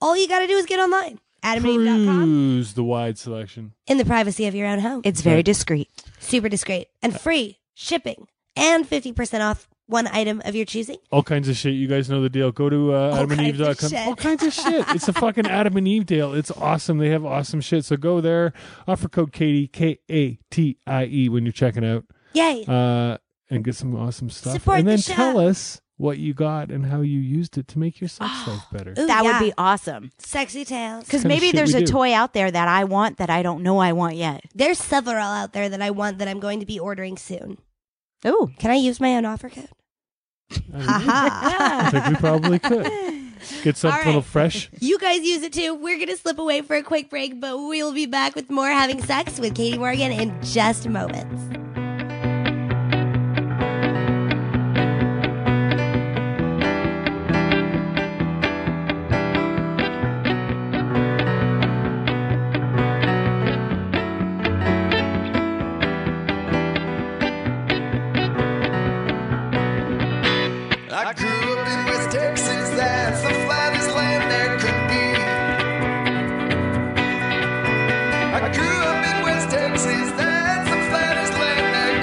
C: all you got to do is get online. AdamandEve.com
E: Peruse the wide selection.
C: in the privacy of your own home.
D: Hmm. It's Uh, very
E: Right.
D: discreet.
C: Super discreet and free shipping and 50% off one item of your choosing.
E: All kinds of shit. You guys know the deal. Go to uh,
C: All kinds of
E: adamandeve.com.
C: shit.
E: All kinds of shit. It's a fucking Adam and Eve deal. It's awesome. They have awesome shit. So go there. Offer code Katie, K A T I E, when you're checking out
C: Yay.
E: uh, and get some awesome stuff.
C: Support
E: and
C: the
E: then
C: shop.
E: tell us what you got and how you used it to make your sex life better.
C: Ooh,
D: Uh, that
C: yeah.
D: would be awesome.
C: sexy tales.
D: Because
E: Kinda
D: maybe
E: shit
D: there's
E: we
D: a
E: do.
D: toy out there that I want that I don't know I want yet.
C: There's several out there that I want that I'm going to be ordering soon.
D: Oh,
C: Can I use my own offer code?
E: I think we probably could get something
C: All
E: a little
C: right.
E: fresh.
C: You guys use it too. We're going to slip away for a quick break, but we'll be back with more having sex with Katie Morgan in just moments.
B: I grew up in West Texas, that's the flattest land there could be. I grew up in West Texas, that's the flattest land there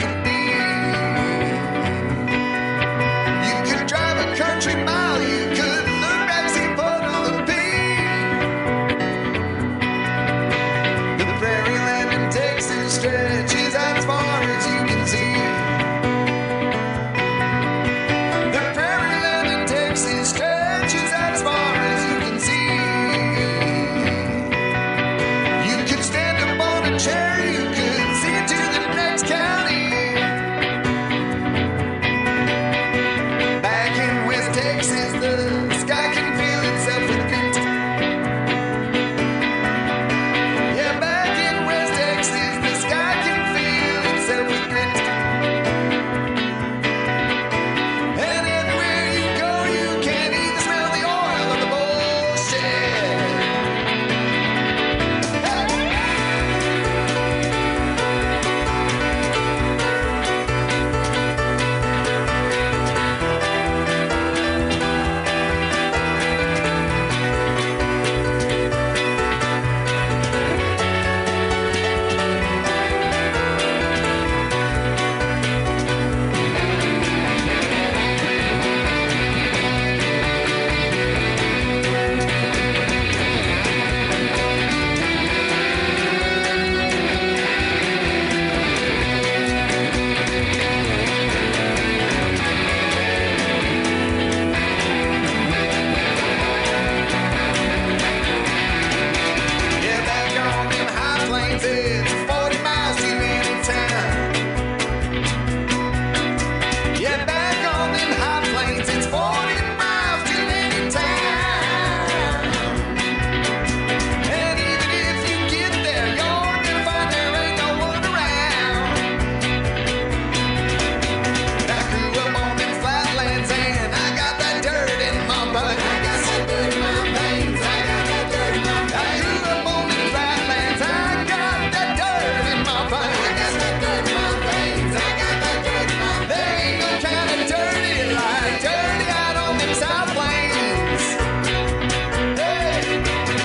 B: could be. You could drive a country mile, you could look back, see Guadalupe. The prairie land in Texas stretches out as far as you can see. The prairie land in Texas stretches out as far as you can see. You could stand up on a chair, you could see to the next county. Back in West Texas, the sky can feel itself with grit. Yeah, back in West Texas, the sky can feel itself with grit. And everywhere you go, you can either smell the oil or the bullshit. Yeah, back on them high plains, it's 40 miles to any town. Yeah, back on them high plains, it's 40 miles to any town. And even if you get there, you're gonna find there ain't no one around. I grew up on them flatlands and I got that dirt in my veins. I got that dirt in my veins. I got that dirt in my veins. I grew up on them flatlands. I got that dirt in my veins. I got that dirt in my veins. I got that dirt in my veins. There ain't no kind of dirty like dirty out on them south plains. Hey, yeah.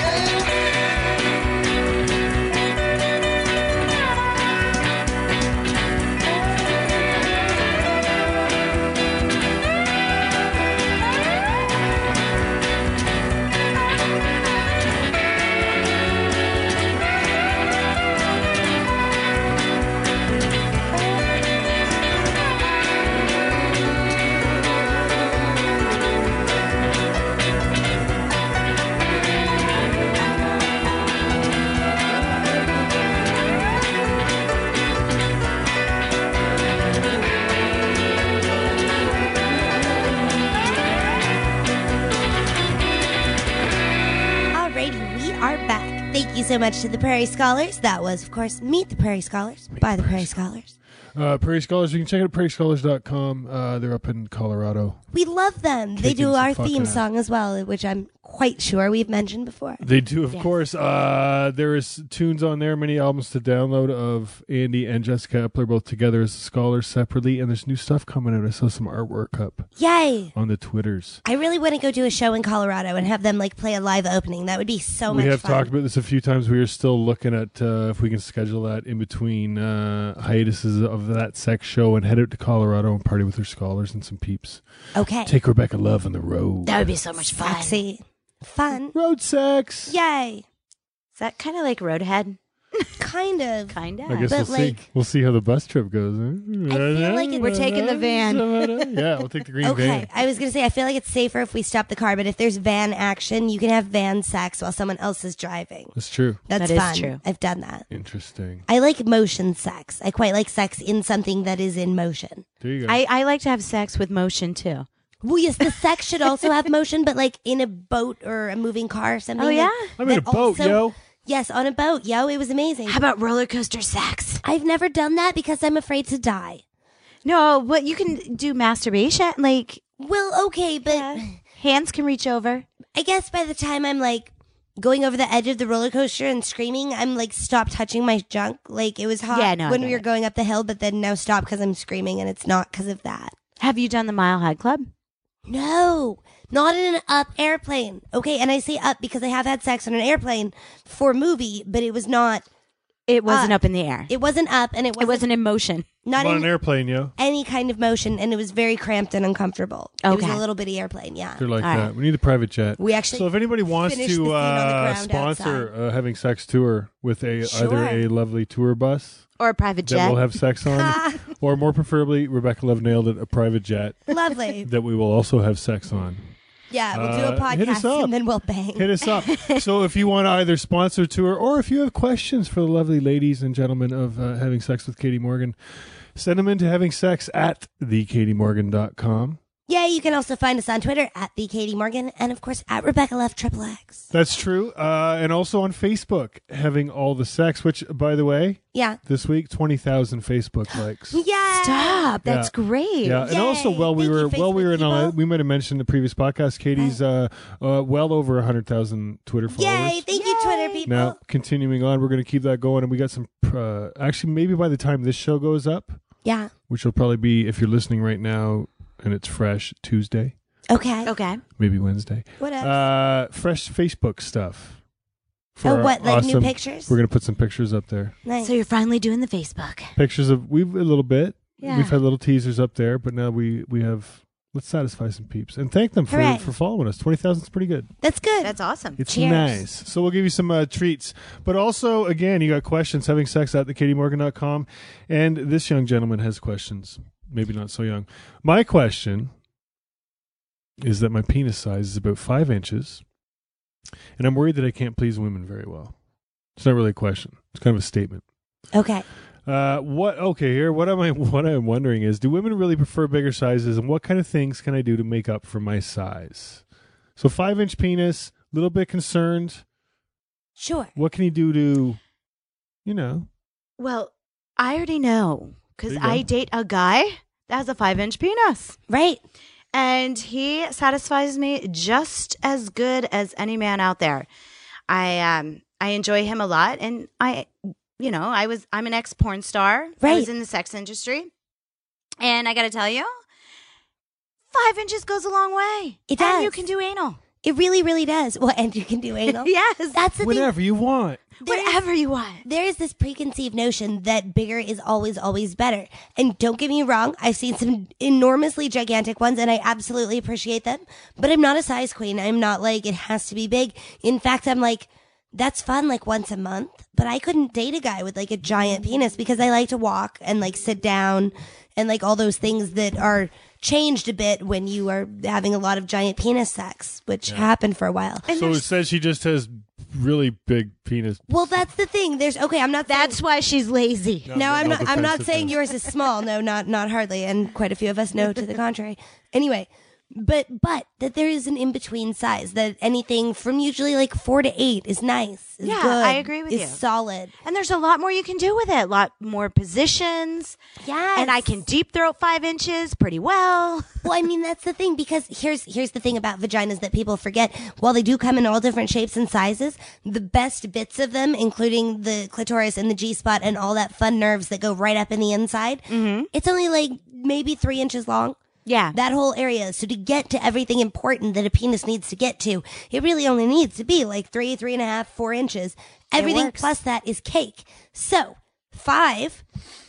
C: Alrighty, we are back. Thank you so much to the Prairie Scholars. That was, of course, Meet the Prairie Scholars by the Prairie Scholars.
E: Uh, Prairie Scholars, you can check it out at prairiescholars.com. Uh, they're up in Colorado.
C: We love them. They
E: Kicking
C: do our
E: some
C: theme
E: fucking ass.
C: song as well, which I'm quite sure we've mentioned before.
E: They do, of course. Uh, there is tunes on there, many albums to download of Andy and Jessica Epler both together as scholars separately, and there's new stuff coming out. I saw some artwork up
C: Yay!
E: on the Twitters.
C: I really want to go do a show in Colorado and have them like play a live opening. That would be so
E: we
C: much
E: have
C: fun.
E: talked about this a few times. We are still looking at uh, if we can schedule that in between uh, hiatuses of that sex show and head out to Colorado and party with our scholars and some peeps.
C: okay.
E: Take Rebecca Love on the road.
G: That would be so much fun.
C: Sexy. Fun.
E: road sex.
C: Yay.
D: Is that kind of like Roadhead?
C: Kind of.
D: Kind of.
E: I guess
C: but
E: we'll see.
C: like-
E: We'll see how the bus trip goes. I
C: feel like it-
D: We're taking the van.
E: yeah, we'll take the green
C: Okay,
E: van.
C: I was gonna say I feel like it's safer if we stop the car, but if there's van action, you can have van sex while someone else is driving.
E: That's true.
C: That's
D: That is
C: fun.
D: true.
C: I've done that.
E: Interesting.
C: I like motion sex. I quite like sex in something that is in motion.
E: There you go.
D: I, I like to have sex with motion too.
C: Well, yes, the sex should also have motion, but like in a boat or a moving car or something.
D: Oh, yeah?
C: that-
E: I'm in a
C: that
E: boat,
C: also-
E: yo.
C: Yes, on a boat, yo. It was amazing.
G: How about roller coaster sex?
C: I've never done that because I'm afraid to die.
D: No, but you can do masturbation. Like
C: Well, okay, but
D: hands can reach over.
C: I guess by the time I'm like going over the edge of the roller coaster and screaming, I'm like stop touching my junk. Like it was hot
D: Yeah, no, I
C: when
D: get
C: we were
D: it.
C: going up the hill, but then now stop because I'm screaming and it's not because of that.
D: Have you done the Mile High Club?
C: No, not in an up airplane. Okay, and I say up because I have had sex on an airplane for a movie, but it was not.
D: It wasn't
C: Uh,
D: up in the air. It,
C: It wasn't up, and it wasn't,
D: wasn't in motion.
C: not
E: I'm on
C: in
E: an airplane, yo.
C: any kind of motion, and it was very cramped and uncomfortable. It was
D: Okay.
C: a little bitty airplane. Yeah,
E: They're like
D: All right.
E: that. We need a private jet.
C: we actually.
E: So if anybody wants
C: finish the
E: to
C: scene on the
E: uh,
C: ground
E: sponsor
C: outside.
E: uh, having sex tour with a either
C: Sure.
E: a lovely tour bus
D: Or a private
E: that
D: jet.
E: we'll have sex on, or more preferably, Rebecca Love nailed it, a private jet
C: Lovely.
E: that we will also have sex on.
C: Yeah, we'll do a
E: Uh, hit us
C: podcast
E: up.
C: and then we'll bang.
E: Hit us up. so if you want to either sponsor tour or if you have questions for the lovely ladies and gentlemen of uh, having sex with Katie Morgan, send them into having sex at thekatiemorgan.com.
C: Yeah, you can also find us on Twitter at the Katie Morgan and of course at Rebecca Left Triple X.
E: That's true. Uh, and also on Facebook, having all the sex, which, by the way,
C: Yeah.
E: this week, 20,000 Facebook likes.
C: Yeah.
D: Stop. That's
E: Yeah.
D: great.
E: Yeah, and
C: Yay.
E: also while we
C: Thank you,
E: were while we
C: Facebook
E: were in LA,
C: people. Uh-huh.
E: we might have mentioned the previous podcast. Katie's uh, uh, well over hundred thousand Twitter followers.
C: Yay, thank you, Twitter people.
E: Now, continuing on, we're going to keep that going, and we got some. Uh, actually, maybe by the time this show goes up,
C: Yeah.
E: which will probably be if you're listening right now and it's fresh Tuesday,
C: Okay.
D: Okay.
E: maybe Wednesday.
C: What else?
E: Uh, fresh Facebook stuff.
C: oh,
E: our
C: what? Like new
E: awesome-
C: pictures?
E: We're going to put some pictures up there.
C: nice.
D: So you're finally doing the Facebook.
E: Pictures of we've a little bit.
D: Yeah.
E: We've had little teasers up there, but now we we have. Let's satisfy some peeps and thank them for,
C: Hooray.
E: for following us. Twenty thousand is pretty good.
C: That's good.
D: That's awesome.
E: It's
C: Cheers.
E: nice. So we'll give you some uh, treats. But also, again, you got questions, having sex at thekatiemorgan.com. And this young gentleman has questions. Maybe not so young. My question is that my penis size is about five inches. And I'm worried that I can't please women very well. It's not really a question. It's kind of a statement.
C: okay.
E: Uh, what okay here? What am I? What I'm wondering is, do women really prefer bigger sizes, and what kind of things can I do to make up for my size? So five inch penis, little bit concerned.
C: Sure.
E: What can he do to, you know?
D: Well, I already know because
E: There you go.
D: I date a guy that has a five inch penis.
C: Right.
D: and he satisfies me just as good as any man out there. I um I enjoy him a lot, and I you know I was I'm an ex porn star. I
C: Right.
D: was in the sex industry, and I got to tell you, five inches goes a long way.
C: It
D: And you
C: does.
D: can do anal.
C: It really, really does. Well, and you can do anal.
D: yes,
C: That's the thing.
E: Whatever you want.
C: There is-
D: whatever you want.
C: there is this preconceived notion that bigger is always, always better. And don't get me wrong, I've seen some enormously gigantic ones and I absolutely appreciate them. But I'm not a size queen. I'm not like, it has to be big. In fact, I'm like, that's fun like once a month, but I couldn't date a guy with like a giant penis because I like to walk and like sit down and like all those things that are changed a bit when you are having a lot of giant penis sex, which happened for a while.
E: so it says she just has really big penis.
C: Well, that's the thing. There's okay, I'm not saying-
D: That's why she's lazy.
C: No, I'm
E: no
C: not. I'm not
E: defensive
C: saying
E: there.
C: yours is small. No, not not hardly, and quite a few of us know to the contrary. Anyway, but but that there is an in between size. That anything from usually like four to eight is nice. Is
D: Yeah,
C: good,
D: I agree with
C: is
D: you.
C: Solid.
D: And there's a lot more you can do with it. A lot more positions.
C: Yeah,
D: And I can deep throat five inches pretty well.
C: Well, I mean that's the thing because here's here's the thing about vaginas that people forget. While they do come in all different shapes and sizes, the best bits of them, including the clitoris and the G spot and all that fun nerves that go right up in the inside, it's only like maybe three inches long.
D: Yeah.
C: that whole area. So to get to everything important that a penis needs to get to, it really only needs to be like three, three and a half, four inches. Everything
D: works.
C: plus that is cake. So five,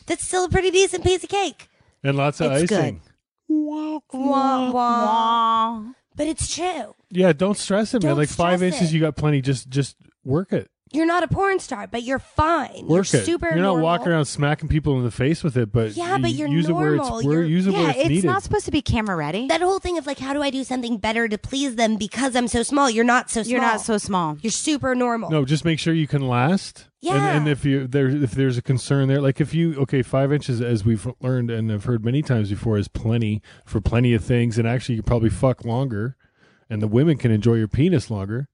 C: that's still a pretty decent piece of cake.
E: And lots of
C: It's
E: icing.
C: Wah, wah.
D: Aw.
C: But it's true.
E: Yeah, don't stress it, man.
C: Don't
E: Like five
C: stress
E: inches,
C: it.
E: you got plenty. Just just work it.
C: You're not a porn star, but you're fine.
E: Work
C: you're
E: it.
C: super
E: you're not
C: normal.
E: walking around smacking people in the face with it, but
C: Yeah, but
E: you
C: you're
E: use it where
C: normal.
E: it's where
C: You're-
E: use it
D: yeah,
E: where it's,
D: it's
E: needed.
D: not supposed to be camera ready.
C: That whole thing of like, how do I do something better to please them because I'm so small? You're not so small.
D: You're not so small.
C: You're super normal.
E: No, just make sure you can last.
C: Oh. Yeah.
E: And, and if you there if there's a concern there, like if you okay, five inches as we've learned and have heard many times before is plenty for plenty of things, and actually you could probably fuck longer, and the women can enjoy your penis longer.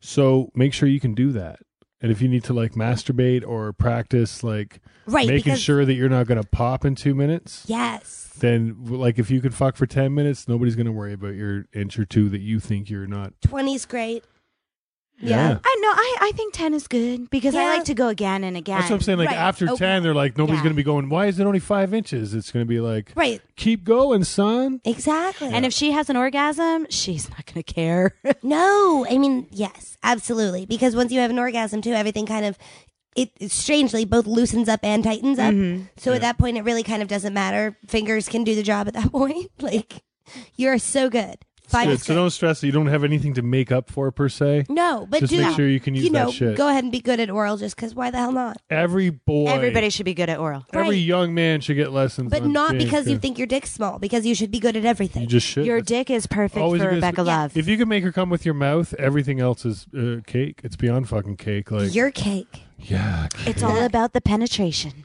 E: So make sure you can do that. And if you need to like masturbate or practice like
C: Right,
E: making
C: because-
E: sure that you're not going to pop in two minutes,
C: Yes.
E: then like if you can fuck for ten minutes, nobody's going to worry about your inch or two that you think you're not.
C: 20's great. Yeah.
D: I no, I, I think ten is good because I
C: Yeah.
D: like to go again and again.
E: That's what I'm saying. Like
C: Right.
E: after
C: Okay.
E: ten, they're like nobody's
D: Yeah.
E: going to be going. Why is it only five inches? It's going to be like
C: Right.
E: keep going, son.
C: Exactly.
D: And if she has an orgasm, she's not going to care.
C: No, I mean yes, absolutely. Because once you have an orgasm too, everything kind of it it strangely both loosens up and tightens up.
D: Mm-hmm.
C: So at that point, it really kind of doesn't matter. Fingers can do the job at that point. Like you're so good. Five Mm.
E: Good.
C: is
E: So
C: good.
E: don't stress that you don't have anything to make up for per se.
C: No, but
E: Just
C: do
E: make sure you can use
C: know,
E: that shit.
C: Go ahead and be good at oral, just because why the hell not?
E: Every boy,
D: Everybody should be good at oral.
E: every
C: Right.
E: young man should get lessons.
C: But
E: on
C: not
E: being
C: because you
E: good.
C: think your dick's small, because you should be good at everything.
E: you just should.
D: Your
E: That's-
D: dick is perfect
E: Always
D: for
E: a good-
D: Rebecca
C: Yeah.
D: Love.
E: If you can make her come with your mouth, everything else is uh, cake. It's beyond fucking cake. Like
C: your cake.
E: yeah, cake.
D: It's all about the penetration.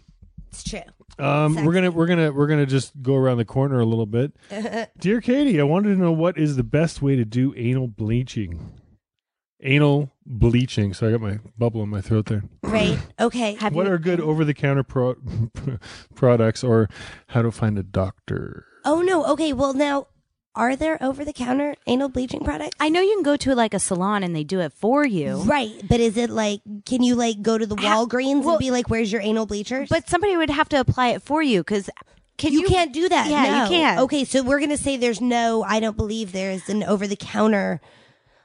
C: It's true.
E: Um, we're gonna we're gonna we're gonna just go around the corner a little bit. Dear Katie, I wanted to know what is the best way to do anal bleaching. Anal bleaching. So I got my bubble in my throat there.
C: Right. Okay.
D: Have
E: What
D: you-
E: are good over the counter pro- products, or how to find a doctor?
C: Oh no. Okay. Well now, are there over-the-counter anal bleaching products?
D: I know you can go to like a salon and they do it for you,
C: Right, but is it like can you like go to the Walgreens
D: well-
C: and be like, "Where's your anal bleachers?"
D: but somebody would have to apply it for you because can
C: you,
D: you,
C: can't do that.
D: Yeah, you
C: no.
D: can't.
C: Okay, so we're gonna say there's no. I don't believe there's an over the counter.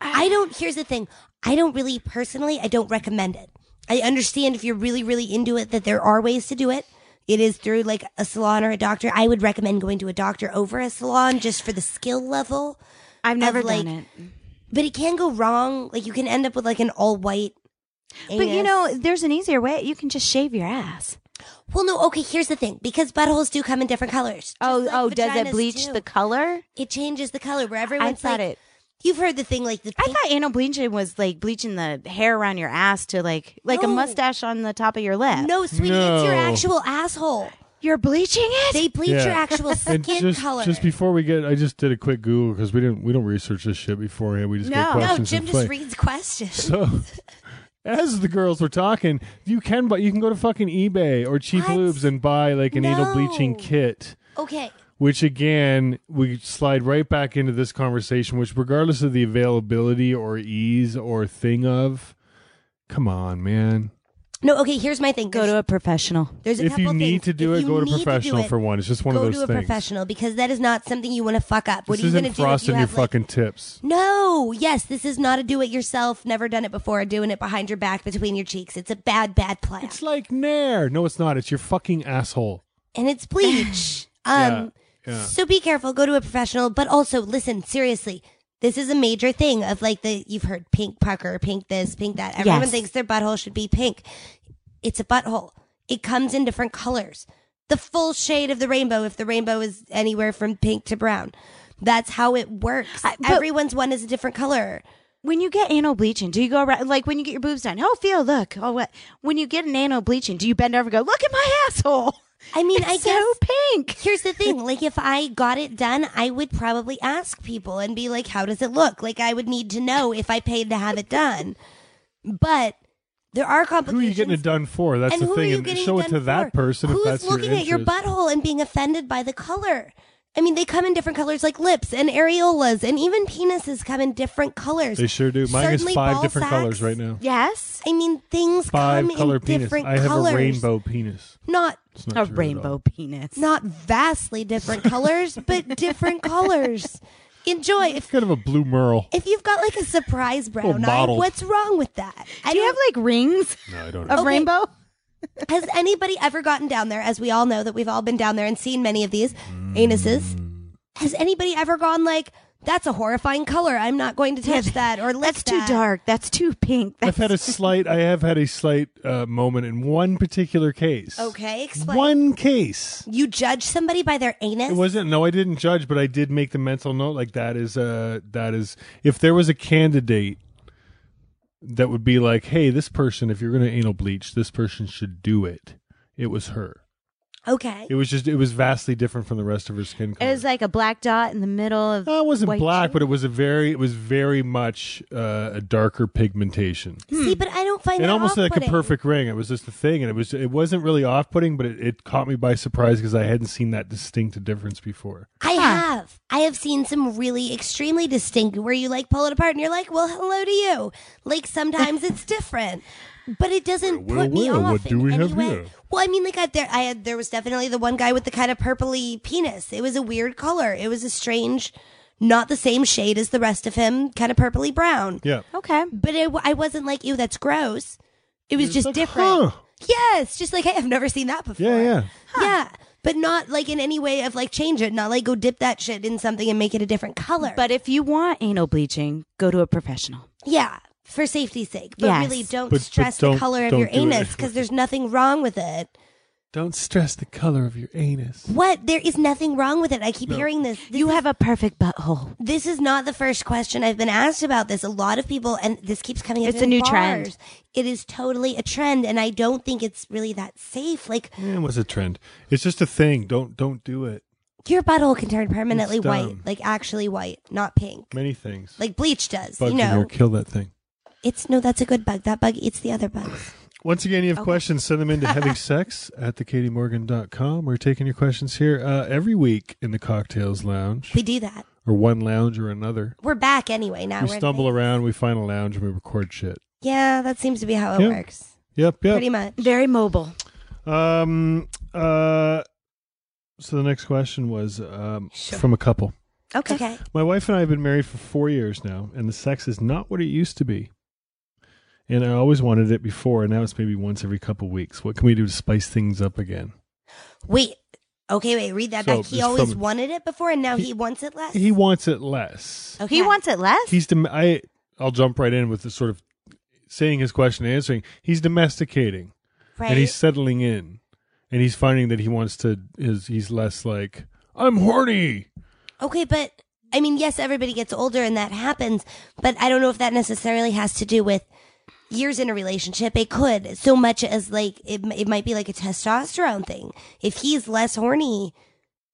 C: I don't. Here's the thing. I don't really personally. I don't recommend it. I understand if you're really really into it that there are ways to do it. It is through like a salon or a doctor. I would recommend going to a doctor over a salon just for the skill level.
D: I've never
C: of, like,
D: done it.
C: But it can go wrong. Like you can end up with like an all white.
D: But you know, there's an easier way. You can just shave your ass.
C: Well, no, okay, here's the thing. Because buttholes do come in different colors.
D: Oh,
C: Just like
D: oh, does it
C: vaginas
D: bleach
C: do.
D: the color?
C: It changes the color where
D: I
C: everyone's like,
D: thought it.
C: You've heard the thing like the
D: I
C: pink-
D: thought anal bleaching was like bleaching the hair around your ass to like like a
C: No.
D: mustache on the top of your lip.
C: No, sweetie, it's your
E: No.
C: actual asshole.
D: you're bleaching it.
C: They bleach
E: Yeah.
C: your actual skin
E: And just
C: color.
E: just before we get, I just did a quick Google because we didn't we don't research this shit beforehand. We just
D: No.
E: get
D: No,
C: no,
E: questions
C: Jim
E: and
C: just
E: play.
C: reads questions.
E: So, as the girls were talking, you can buy, you can go to fucking eBay or Cheap
C: What?
E: Lubes and buy like an anal bleaching
C: No.
E: kit.
C: Okay.
E: Which again, we slide right back into this conversation. Which, regardless of the availability or ease or thing of, come on, man.
C: No, okay, here's my thing.
D: Go to a professional.
C: there's a
E: if
C: couple
E: you need
C: things.
E: to do
C: If
E: it,
C: you
E: go to
C: need
E: professional
C: it,
E: for one. It's just one
C: go
E: of those
C: to a
E: things.
C: professional because that is not something you want to fuck up. What
E: This
C: are you
E: isn't
C: going to do if
E: frosting
C: you
E: your
C: have like,
E: fucking tips.
C: No, yes, this is not a do it yourself, never done it before, doing it behind your back, between your cheeks. It's a bad, bad plan.
E: It's like Nair. No, it's not. It's your fucking asshole.
C: and it's bleach. um,
E: yeah.
C: so be careful, go to a professional, but also listen, seriously. This is a major thing of like the you've heard pink pucker, pink this, pink that. Everyone
D: Yes.
C: thinks their butthole should be pink. It's a butthole. It comes in different colors. The full shade of the rainbow, if the rainbow is anywhere from pink to brown. That's how it works.
D: I- but-
C: Everyone's one is a different color.
D: When you get anal bleaching, do you go around like when you get your boobs done? Oh, feel, look. Oh, what? When you get an anal bleaching, do you bend over and go, look at my asshole?
C: I mean, I
D: It's
C: guess
D: so pink.
C: Here's the thing. Like, if I got it done, I would probably ask people and be like, how does it look? Like, I would need to know if I paid to have it done. But there are
E: Who are you
C: complications.
E: getting it done for? That's
C: and
E: the
C: who
E: thing.
C: are you
E: and
C: getting
E: show
C: it
E: it
C: done
E: to that
C: for?
E: person
C: Who's
E: if that's your
C: looking at your
E: interest.
C: butthole and being offended by the color. I mean, they come in different colors, like lips and areolas, and even penises come in different colors.
E: They sure do. Mine is
C: Certainly
E: five
C: ball
E: different colors
C: sacks.
E: right now.
D: Yes.
C: I mean, things
E: Five
C: come
E: color
C: in
E: penis.
C: different
E: I have
C: colors.
E: a rainbow penis.
C: Not
E: It's not
D: A
E: true at
D: rainbow
E: all.
D: penis.
C: not vastly different colors, but different colors. Enjoy. If,
E: Kind of a blue merle.
C: if you've got like a surprise brown eye,
E: mottled.
C: what's wrong with that? I
D: Do you have
C: don't-
D: like rings
E: No, I don't.
D: of
E: Know.
C: Okay.
D: rainbow?
C: has anybody ever gotten down there? As we all know that we've all been down there and seen many of these anuses. Has anybody ever gone like, that's a horrifying color. I'm not going to touch that or let
D: That's too dark. That's too pink.
E: I've
D: That's
E: had a slight. I have had a slight uh, moment in one particular case.
C: Okay, explain.
E: One case.
C: You judge somebody by their anus?
E: It wasn't. No, I didn't judge, but I did make the mental note. Like that is. Uh, that is. If there was a candidate that would be like, "Hey, this person, if you're going to anal bleach, this person should do it." It was her.
C: Okay.
E: It was just it was vastly different from the rest of her skin
D: It
E: color.
D: was like a black dot in the middle of.
E: Uh, it wasn't
D: white
E: black,
D: cheek.
E: but it was a very it was very much uh, a darker pigmentation.
C: See, but I don't find
E: and
C: that
E: almost like a
C: off-putting.
E: perfect ring. It was just a thing, and it was it wasn't really off putting, but it, it caught me by surprise because I hadn't seen that distinct difference before.
C: I have. I have seen some really extremely distinct where you like pull it apart and you're like, well, hello to you. Like sometimes it's different, but it doesn't
E: Well,
C: put me
E: well,
C: off.
E: what
C: in
E: do we
C: any
E: have
C: way.
E: here?
C: Well, I mean, like I there, I had there was definitely the one guy with the kind of purpley penis. It was a weird color. It was a strange, not the same shade as the rest of him, kind of purpley brown.
E: Yeah,
D: Okay.
C: But it, I wasn't like, ew, that's gross. It was just
E: like,
C: different.
E: huh.
C: Yes, just like hey, I've never seen that before.
E: yeah, yeah.
C: Yeah, but not like in any way of like change it, not like go dip that shit in something and make it a different color.
D: But if you want anal bleaching, go to a professional.
C: yeah, for safety's sake. But
D: Yes.
C: really don't
E: But- but
C: stress
E: don't-
C: the color of
E: don't
C: your
E: do it.
C: anus because there's nothing wrong with it.
E: Don't stress the color of your anus.
C: What? There is nothing wrong with it. I keep hearing this. This
D: You
C: is-
D: have a perfect butthole.
C: this is not the first question I've been asked about this. A lot of people, and this keeps coming up.
D: It's
C: in
D: a new
C: bars.
D: trend.
C: It is totally a trend, and I don't think it's really that safe. Like
E: Eh, It was a trend. It's just a thing. Don't don't do it.
C: your butthole can turn permanently
E: It's
C: white,
E: dumb.
C: like actually white, not pink,
E: Many things.
C: like bleach does.
E: Bugs
C: you
E: in here
C: know,
E: kill that thing.
C: It's no, that's a good bug. That bug eats the other bugs.
E: Once again, you have questions, send them into having sex at thekatiemorgan.com. We're taking your questions here uh, every week in the Cocktails Lounge,
C: We do that.
E: or one lounge or another.
C: We're back anyway now.
E: We
C: we're-
E: stumble around, we find a lounge, and we record shit.
C: Yeah, that seems to be how it
E: Yeah.
C: works.
E: Yep,
C: Pretty
E: yep.
C: much.
D: Very mobile.
E: Um, uh, so the next question was um, from a couple.
C: Okay. Okay.
E: My wife and I have been married for four years now, and the sex is not what it used to be. And I always wanted it before, and now it's maybe once every couple weeks. What can we do to spice things up again?
C: Wait. Okay, wait. Read that
E: So,
C: back. He
E: it's
C: always
E: from-
C: wanted it before, and now he,
E: He-
C: wants it less.
E: He wants it less.
C: Okay.
D: He wants it less.
E: he's dom- I I'll jump right in with the sort of saying his question and answering. He's domesticating
C: right.
E: and he's settling in and he's finding that he wants to is he's less like I'm horny.
C: okay, but I mean, yes, everybody gets older, and that happens. But I don't know if that necessarily has to do with years in a relationship. It could so much as like it. m- It might be like a testosterone thing. If he's less horny,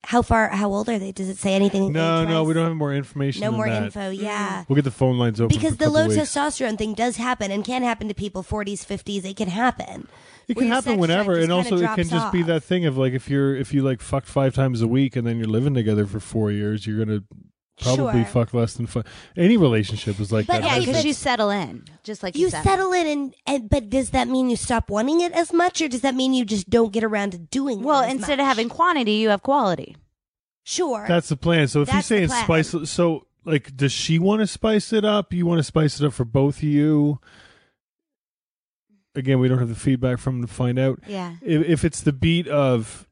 C: how far? How old are they? Does it say anything?
E: No, no,
C: age-wise?
E: we don't have more information.
C: No
E: than
C: more
E: that.
C: info. Yeah.
D: Mm.
E: We'll get the phone lines open
C: Because
E: for a
C: the
E: couple
C: low
E: weeks.
C: testosterone thing does happen and can happen to people 40s, 50s. It can happen.
E: It
C: where
E: can
C: your
E: happen
C: sex drive
E: whenever,
C: just
E: and
C: kinda
E: also it
C: drops
E: can just be
C: off.
E: that thing of like if you're if you like fuck five times a week and then you're living together for four years, you're gonna probably
C: Sure.
E: fuck less than five. Any relationship is like
C: But
E: that.
D: yeah,
C: Okay,
D: because
C: but-
D: you settle in, just like you,
C: You settle in, and, and but does that mean you stop wanting it as much, or does that mean you just don't get around to doing?
D: Well,
C: it as
D: instead of
C: much?
D: having quantity, you have quality.
C: sure,
E: That's the plan. So if you're
C: That's the
E: saying
C: plan.
E: spice, so like, does she want to spice it up? You want to spice it up for both of you? Again, we don't have the feedback from them to find out
D: Yeah.
E: if, if it's the beat of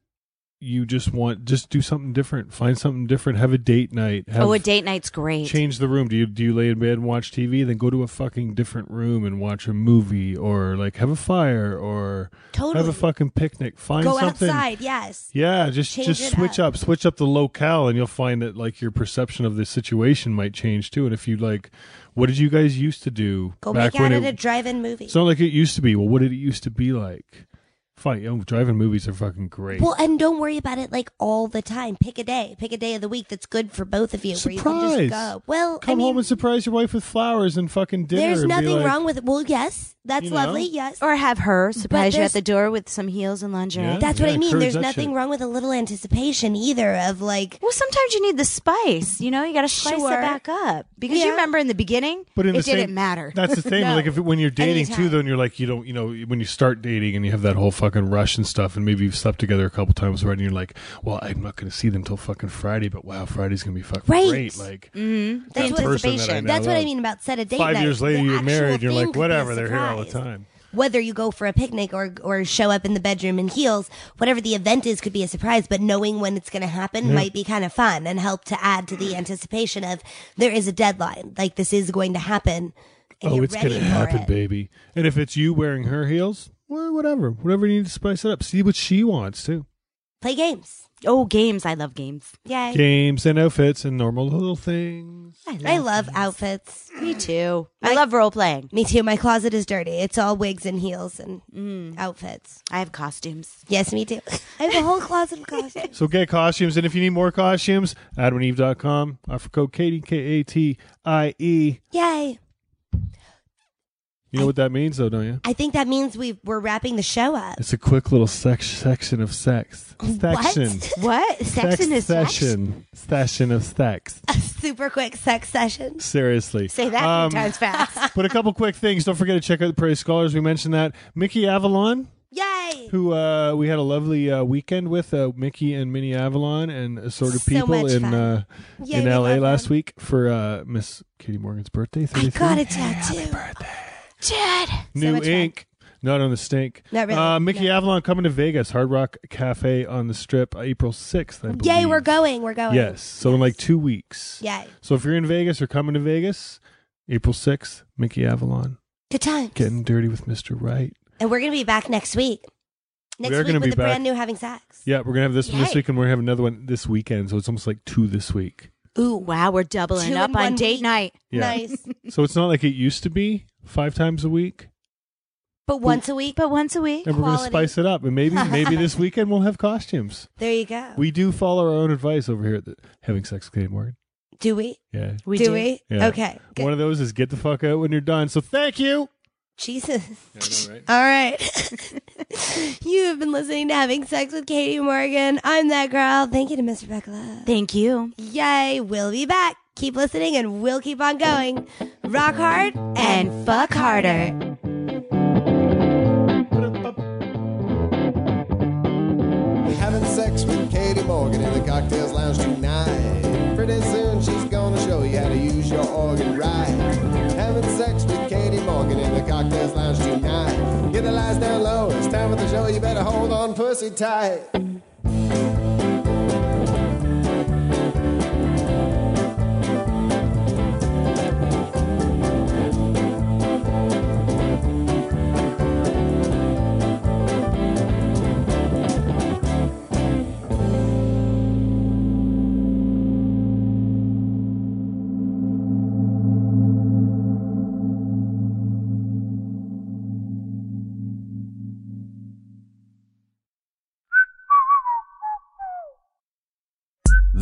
E: you just want just do something different, find something different, have a date night, have
D: oh, a date night's great.
E: change the room. Do you do you lay in bed and watch TV, then go to a fucking different room and watch a movie, or like have a fire, or
C: totally.
E: have a fucking picnic, find
C: Go
E: something.
C: outside. Yes,
E: Yeah, just
C: Change
E: just
C: it
E: switch up. switch up the locale, and you'll find that like your perception of the situation might change too. And if you like, what did you guys used to do
C: go
E: back
C: make out
E: when
C: at
E: it,
C: a drive-in movie.
E: It's not like it used to be. Well, what did it used to be like? Fine, you know, driving movies are fucking great.
C: well, and don't worry about it like all the time. Pick a day. Pick a day of the week that's good for both of you. Where you can
E: Surprise!
C: just go. Well,
E: Come
C: I mean,
E: home and surprise your wife with flowers and fucking dinner.
C: there's
E: and be
C: nothing
E: like-
C: wrong with. Well, yes, that's
E: You know?
C: lovely. Yes,
D: Or have her surprise you
C: there's-
D: at the door with some heels and lingerie.
E: Yeah.
C: That's what I mean.
E: encourage
C: There's
E: that
C: nothing
E: shit.
C: wrong with a little anticipation either of like
D: Well, sometimes you need the spice. You know, you got to spice
C: Sure.
D: it back up because
C: Yeah.
D: you remember in the beginning,
E: But in
D: it
E: the same-
D: didn't matter.
E: That's the thing.
C: No.
E: Like if when you're dating too,
C: Anytime.
E: then you're like you don't you know when you start dating and you have that whole fucking rush and stuff, and maybe you've slept together a couple times already, and you're like, well, I'm not going to see them till fucking Friday, but wow, Friday's going to be fucking
C: Right.
E: great. Like
D: mm-hmm. the
C: That's what-
E: Person
D: anticipation.
E: that I
C: that's what I
E: love.
C: mean about set a date
E: five
C: night.
E: years later,
C: The
E: you're
C: actual
E: married, you're
C: thing
E: like
C: could be a
E: whatever, they're here all the
C: surprise.
E: time.
C: Whether you go for a picnic or or show up in the bedroom in heels, whatever the event is could be a surprise, but knowing when it's going to happen might be kind of fun and help to add to the anticipation of there is a deadline, like this is going to happen. And
E: oh,
C: you're
E: it's
C: ready
E: going to
C: for
E: happen,
C: it.
E: baby. And if it's you wearing her heels, well, whatever, whatever you need to spice it up. See what she wants too.
C: Play games.
D: Oh, games. I love games.
C: Yay.
E: Games and outfits and normal little things.
D: I
C: I love outfits.
D: Me too. I love role playing.
C: Me too. My closet is dirty. It's all wigs and heels and outfits.
D: I have costumes.
C: Yes, me too. I have a whole closet of costumes.
E: So get costumes, and if you need more costumes, AdamandEve.com. Offer code Katie K A T I E.
C: Yay.
E: You know what that means, though, don't you?
C: I think that means we we're wrapping the show up.
E: It's a quick little sex- section of sex. Section.
C: What?
D: What? Sex
E: Sex
D: in his sex?
E: session. Session of sex.
C: A super quick sex session.
E: Seriously.
D: Say that
E: Um,
D: three times fast.
E: But a couple quick things. Don't forget to check out the Prairie Scholars. We mentioned that Mickey Avalon,
C: Yay.
E: who uh, we had a lovely uh, weekend with uh, Mickey and Minnie Avalon and assorted
C: So
E: people
C: much
E: in
C: fun.
E: uh,
C: Yay,
E: in
C: we
E: LA
C: love
E: last
C: them.
E: week for uh, Miss Katie Morgan's birthday.
C: I
E: 33.
C: got a tattoo.
E: New
C: much fun.
E: ink. Not on the stink.
C: Not really,
E: Uh, Mickey Avalon coming to Vegas, Hard Rock Cafe on the Strip, April 6th. I believe.
C: Yay, we're going. We're going.
E: Yes. So in like two weeks.
C: Yay.
E: So if you're in Vegas or coming to Vegas, April 6th, Mickey Avalon.
C: Good times.
E: Getting dirty with Mr. Right.
C: And we're going to be back next week. Next
E: are
C: week
E: gonna
C: with
E: be
C: the
E: back.
C: brand new having sex.
E: Yeah, we're gonna have this one this
C: Yay.
E: week, and we're gonna have another one this weekend. So it's almost like two this week.
D: Ooh, wow, we're doubling
C: Two
D: up
C: in
D: on
C: one
D: date
C: week.
D: night.
E: Yeah.
C: Nice.
E: So it's not like it used to be five times a week,
C: But once a week.
D: But once a week.
E: and we're gonna
C: Quality.
E: spice it up. And maybe maybe this weekend we'll have costumes.
C: There you go.
E: We do follow our own advice over here at the Having Sex with Katie Morgan.
C: do we?
E: Yeah.
D: We
C: do, we?
E: Yeah.
C: Okay. Good.
E: One of those is get the fuck out when you're done. So thank you.
C: Jesus.
E: know, right?
C: All right. you have been listening to Having Sex with Katie Morgan. I'm that girl. Thank you to Mr. Beckla.
D: Thank you.
C: Yay. We'll be back. Keep listening and we'll keep on going. Rock hard and fuck harder.
B: Having sex with Katie Morgan in the cocktails lounge tonight. Pretty soon she's gonna show you how to use your organ right. Having sex with Katie Morgan in the cocktails lounge tonight. Get the lights down low. It's time for the show. You better hold on, pussy tight.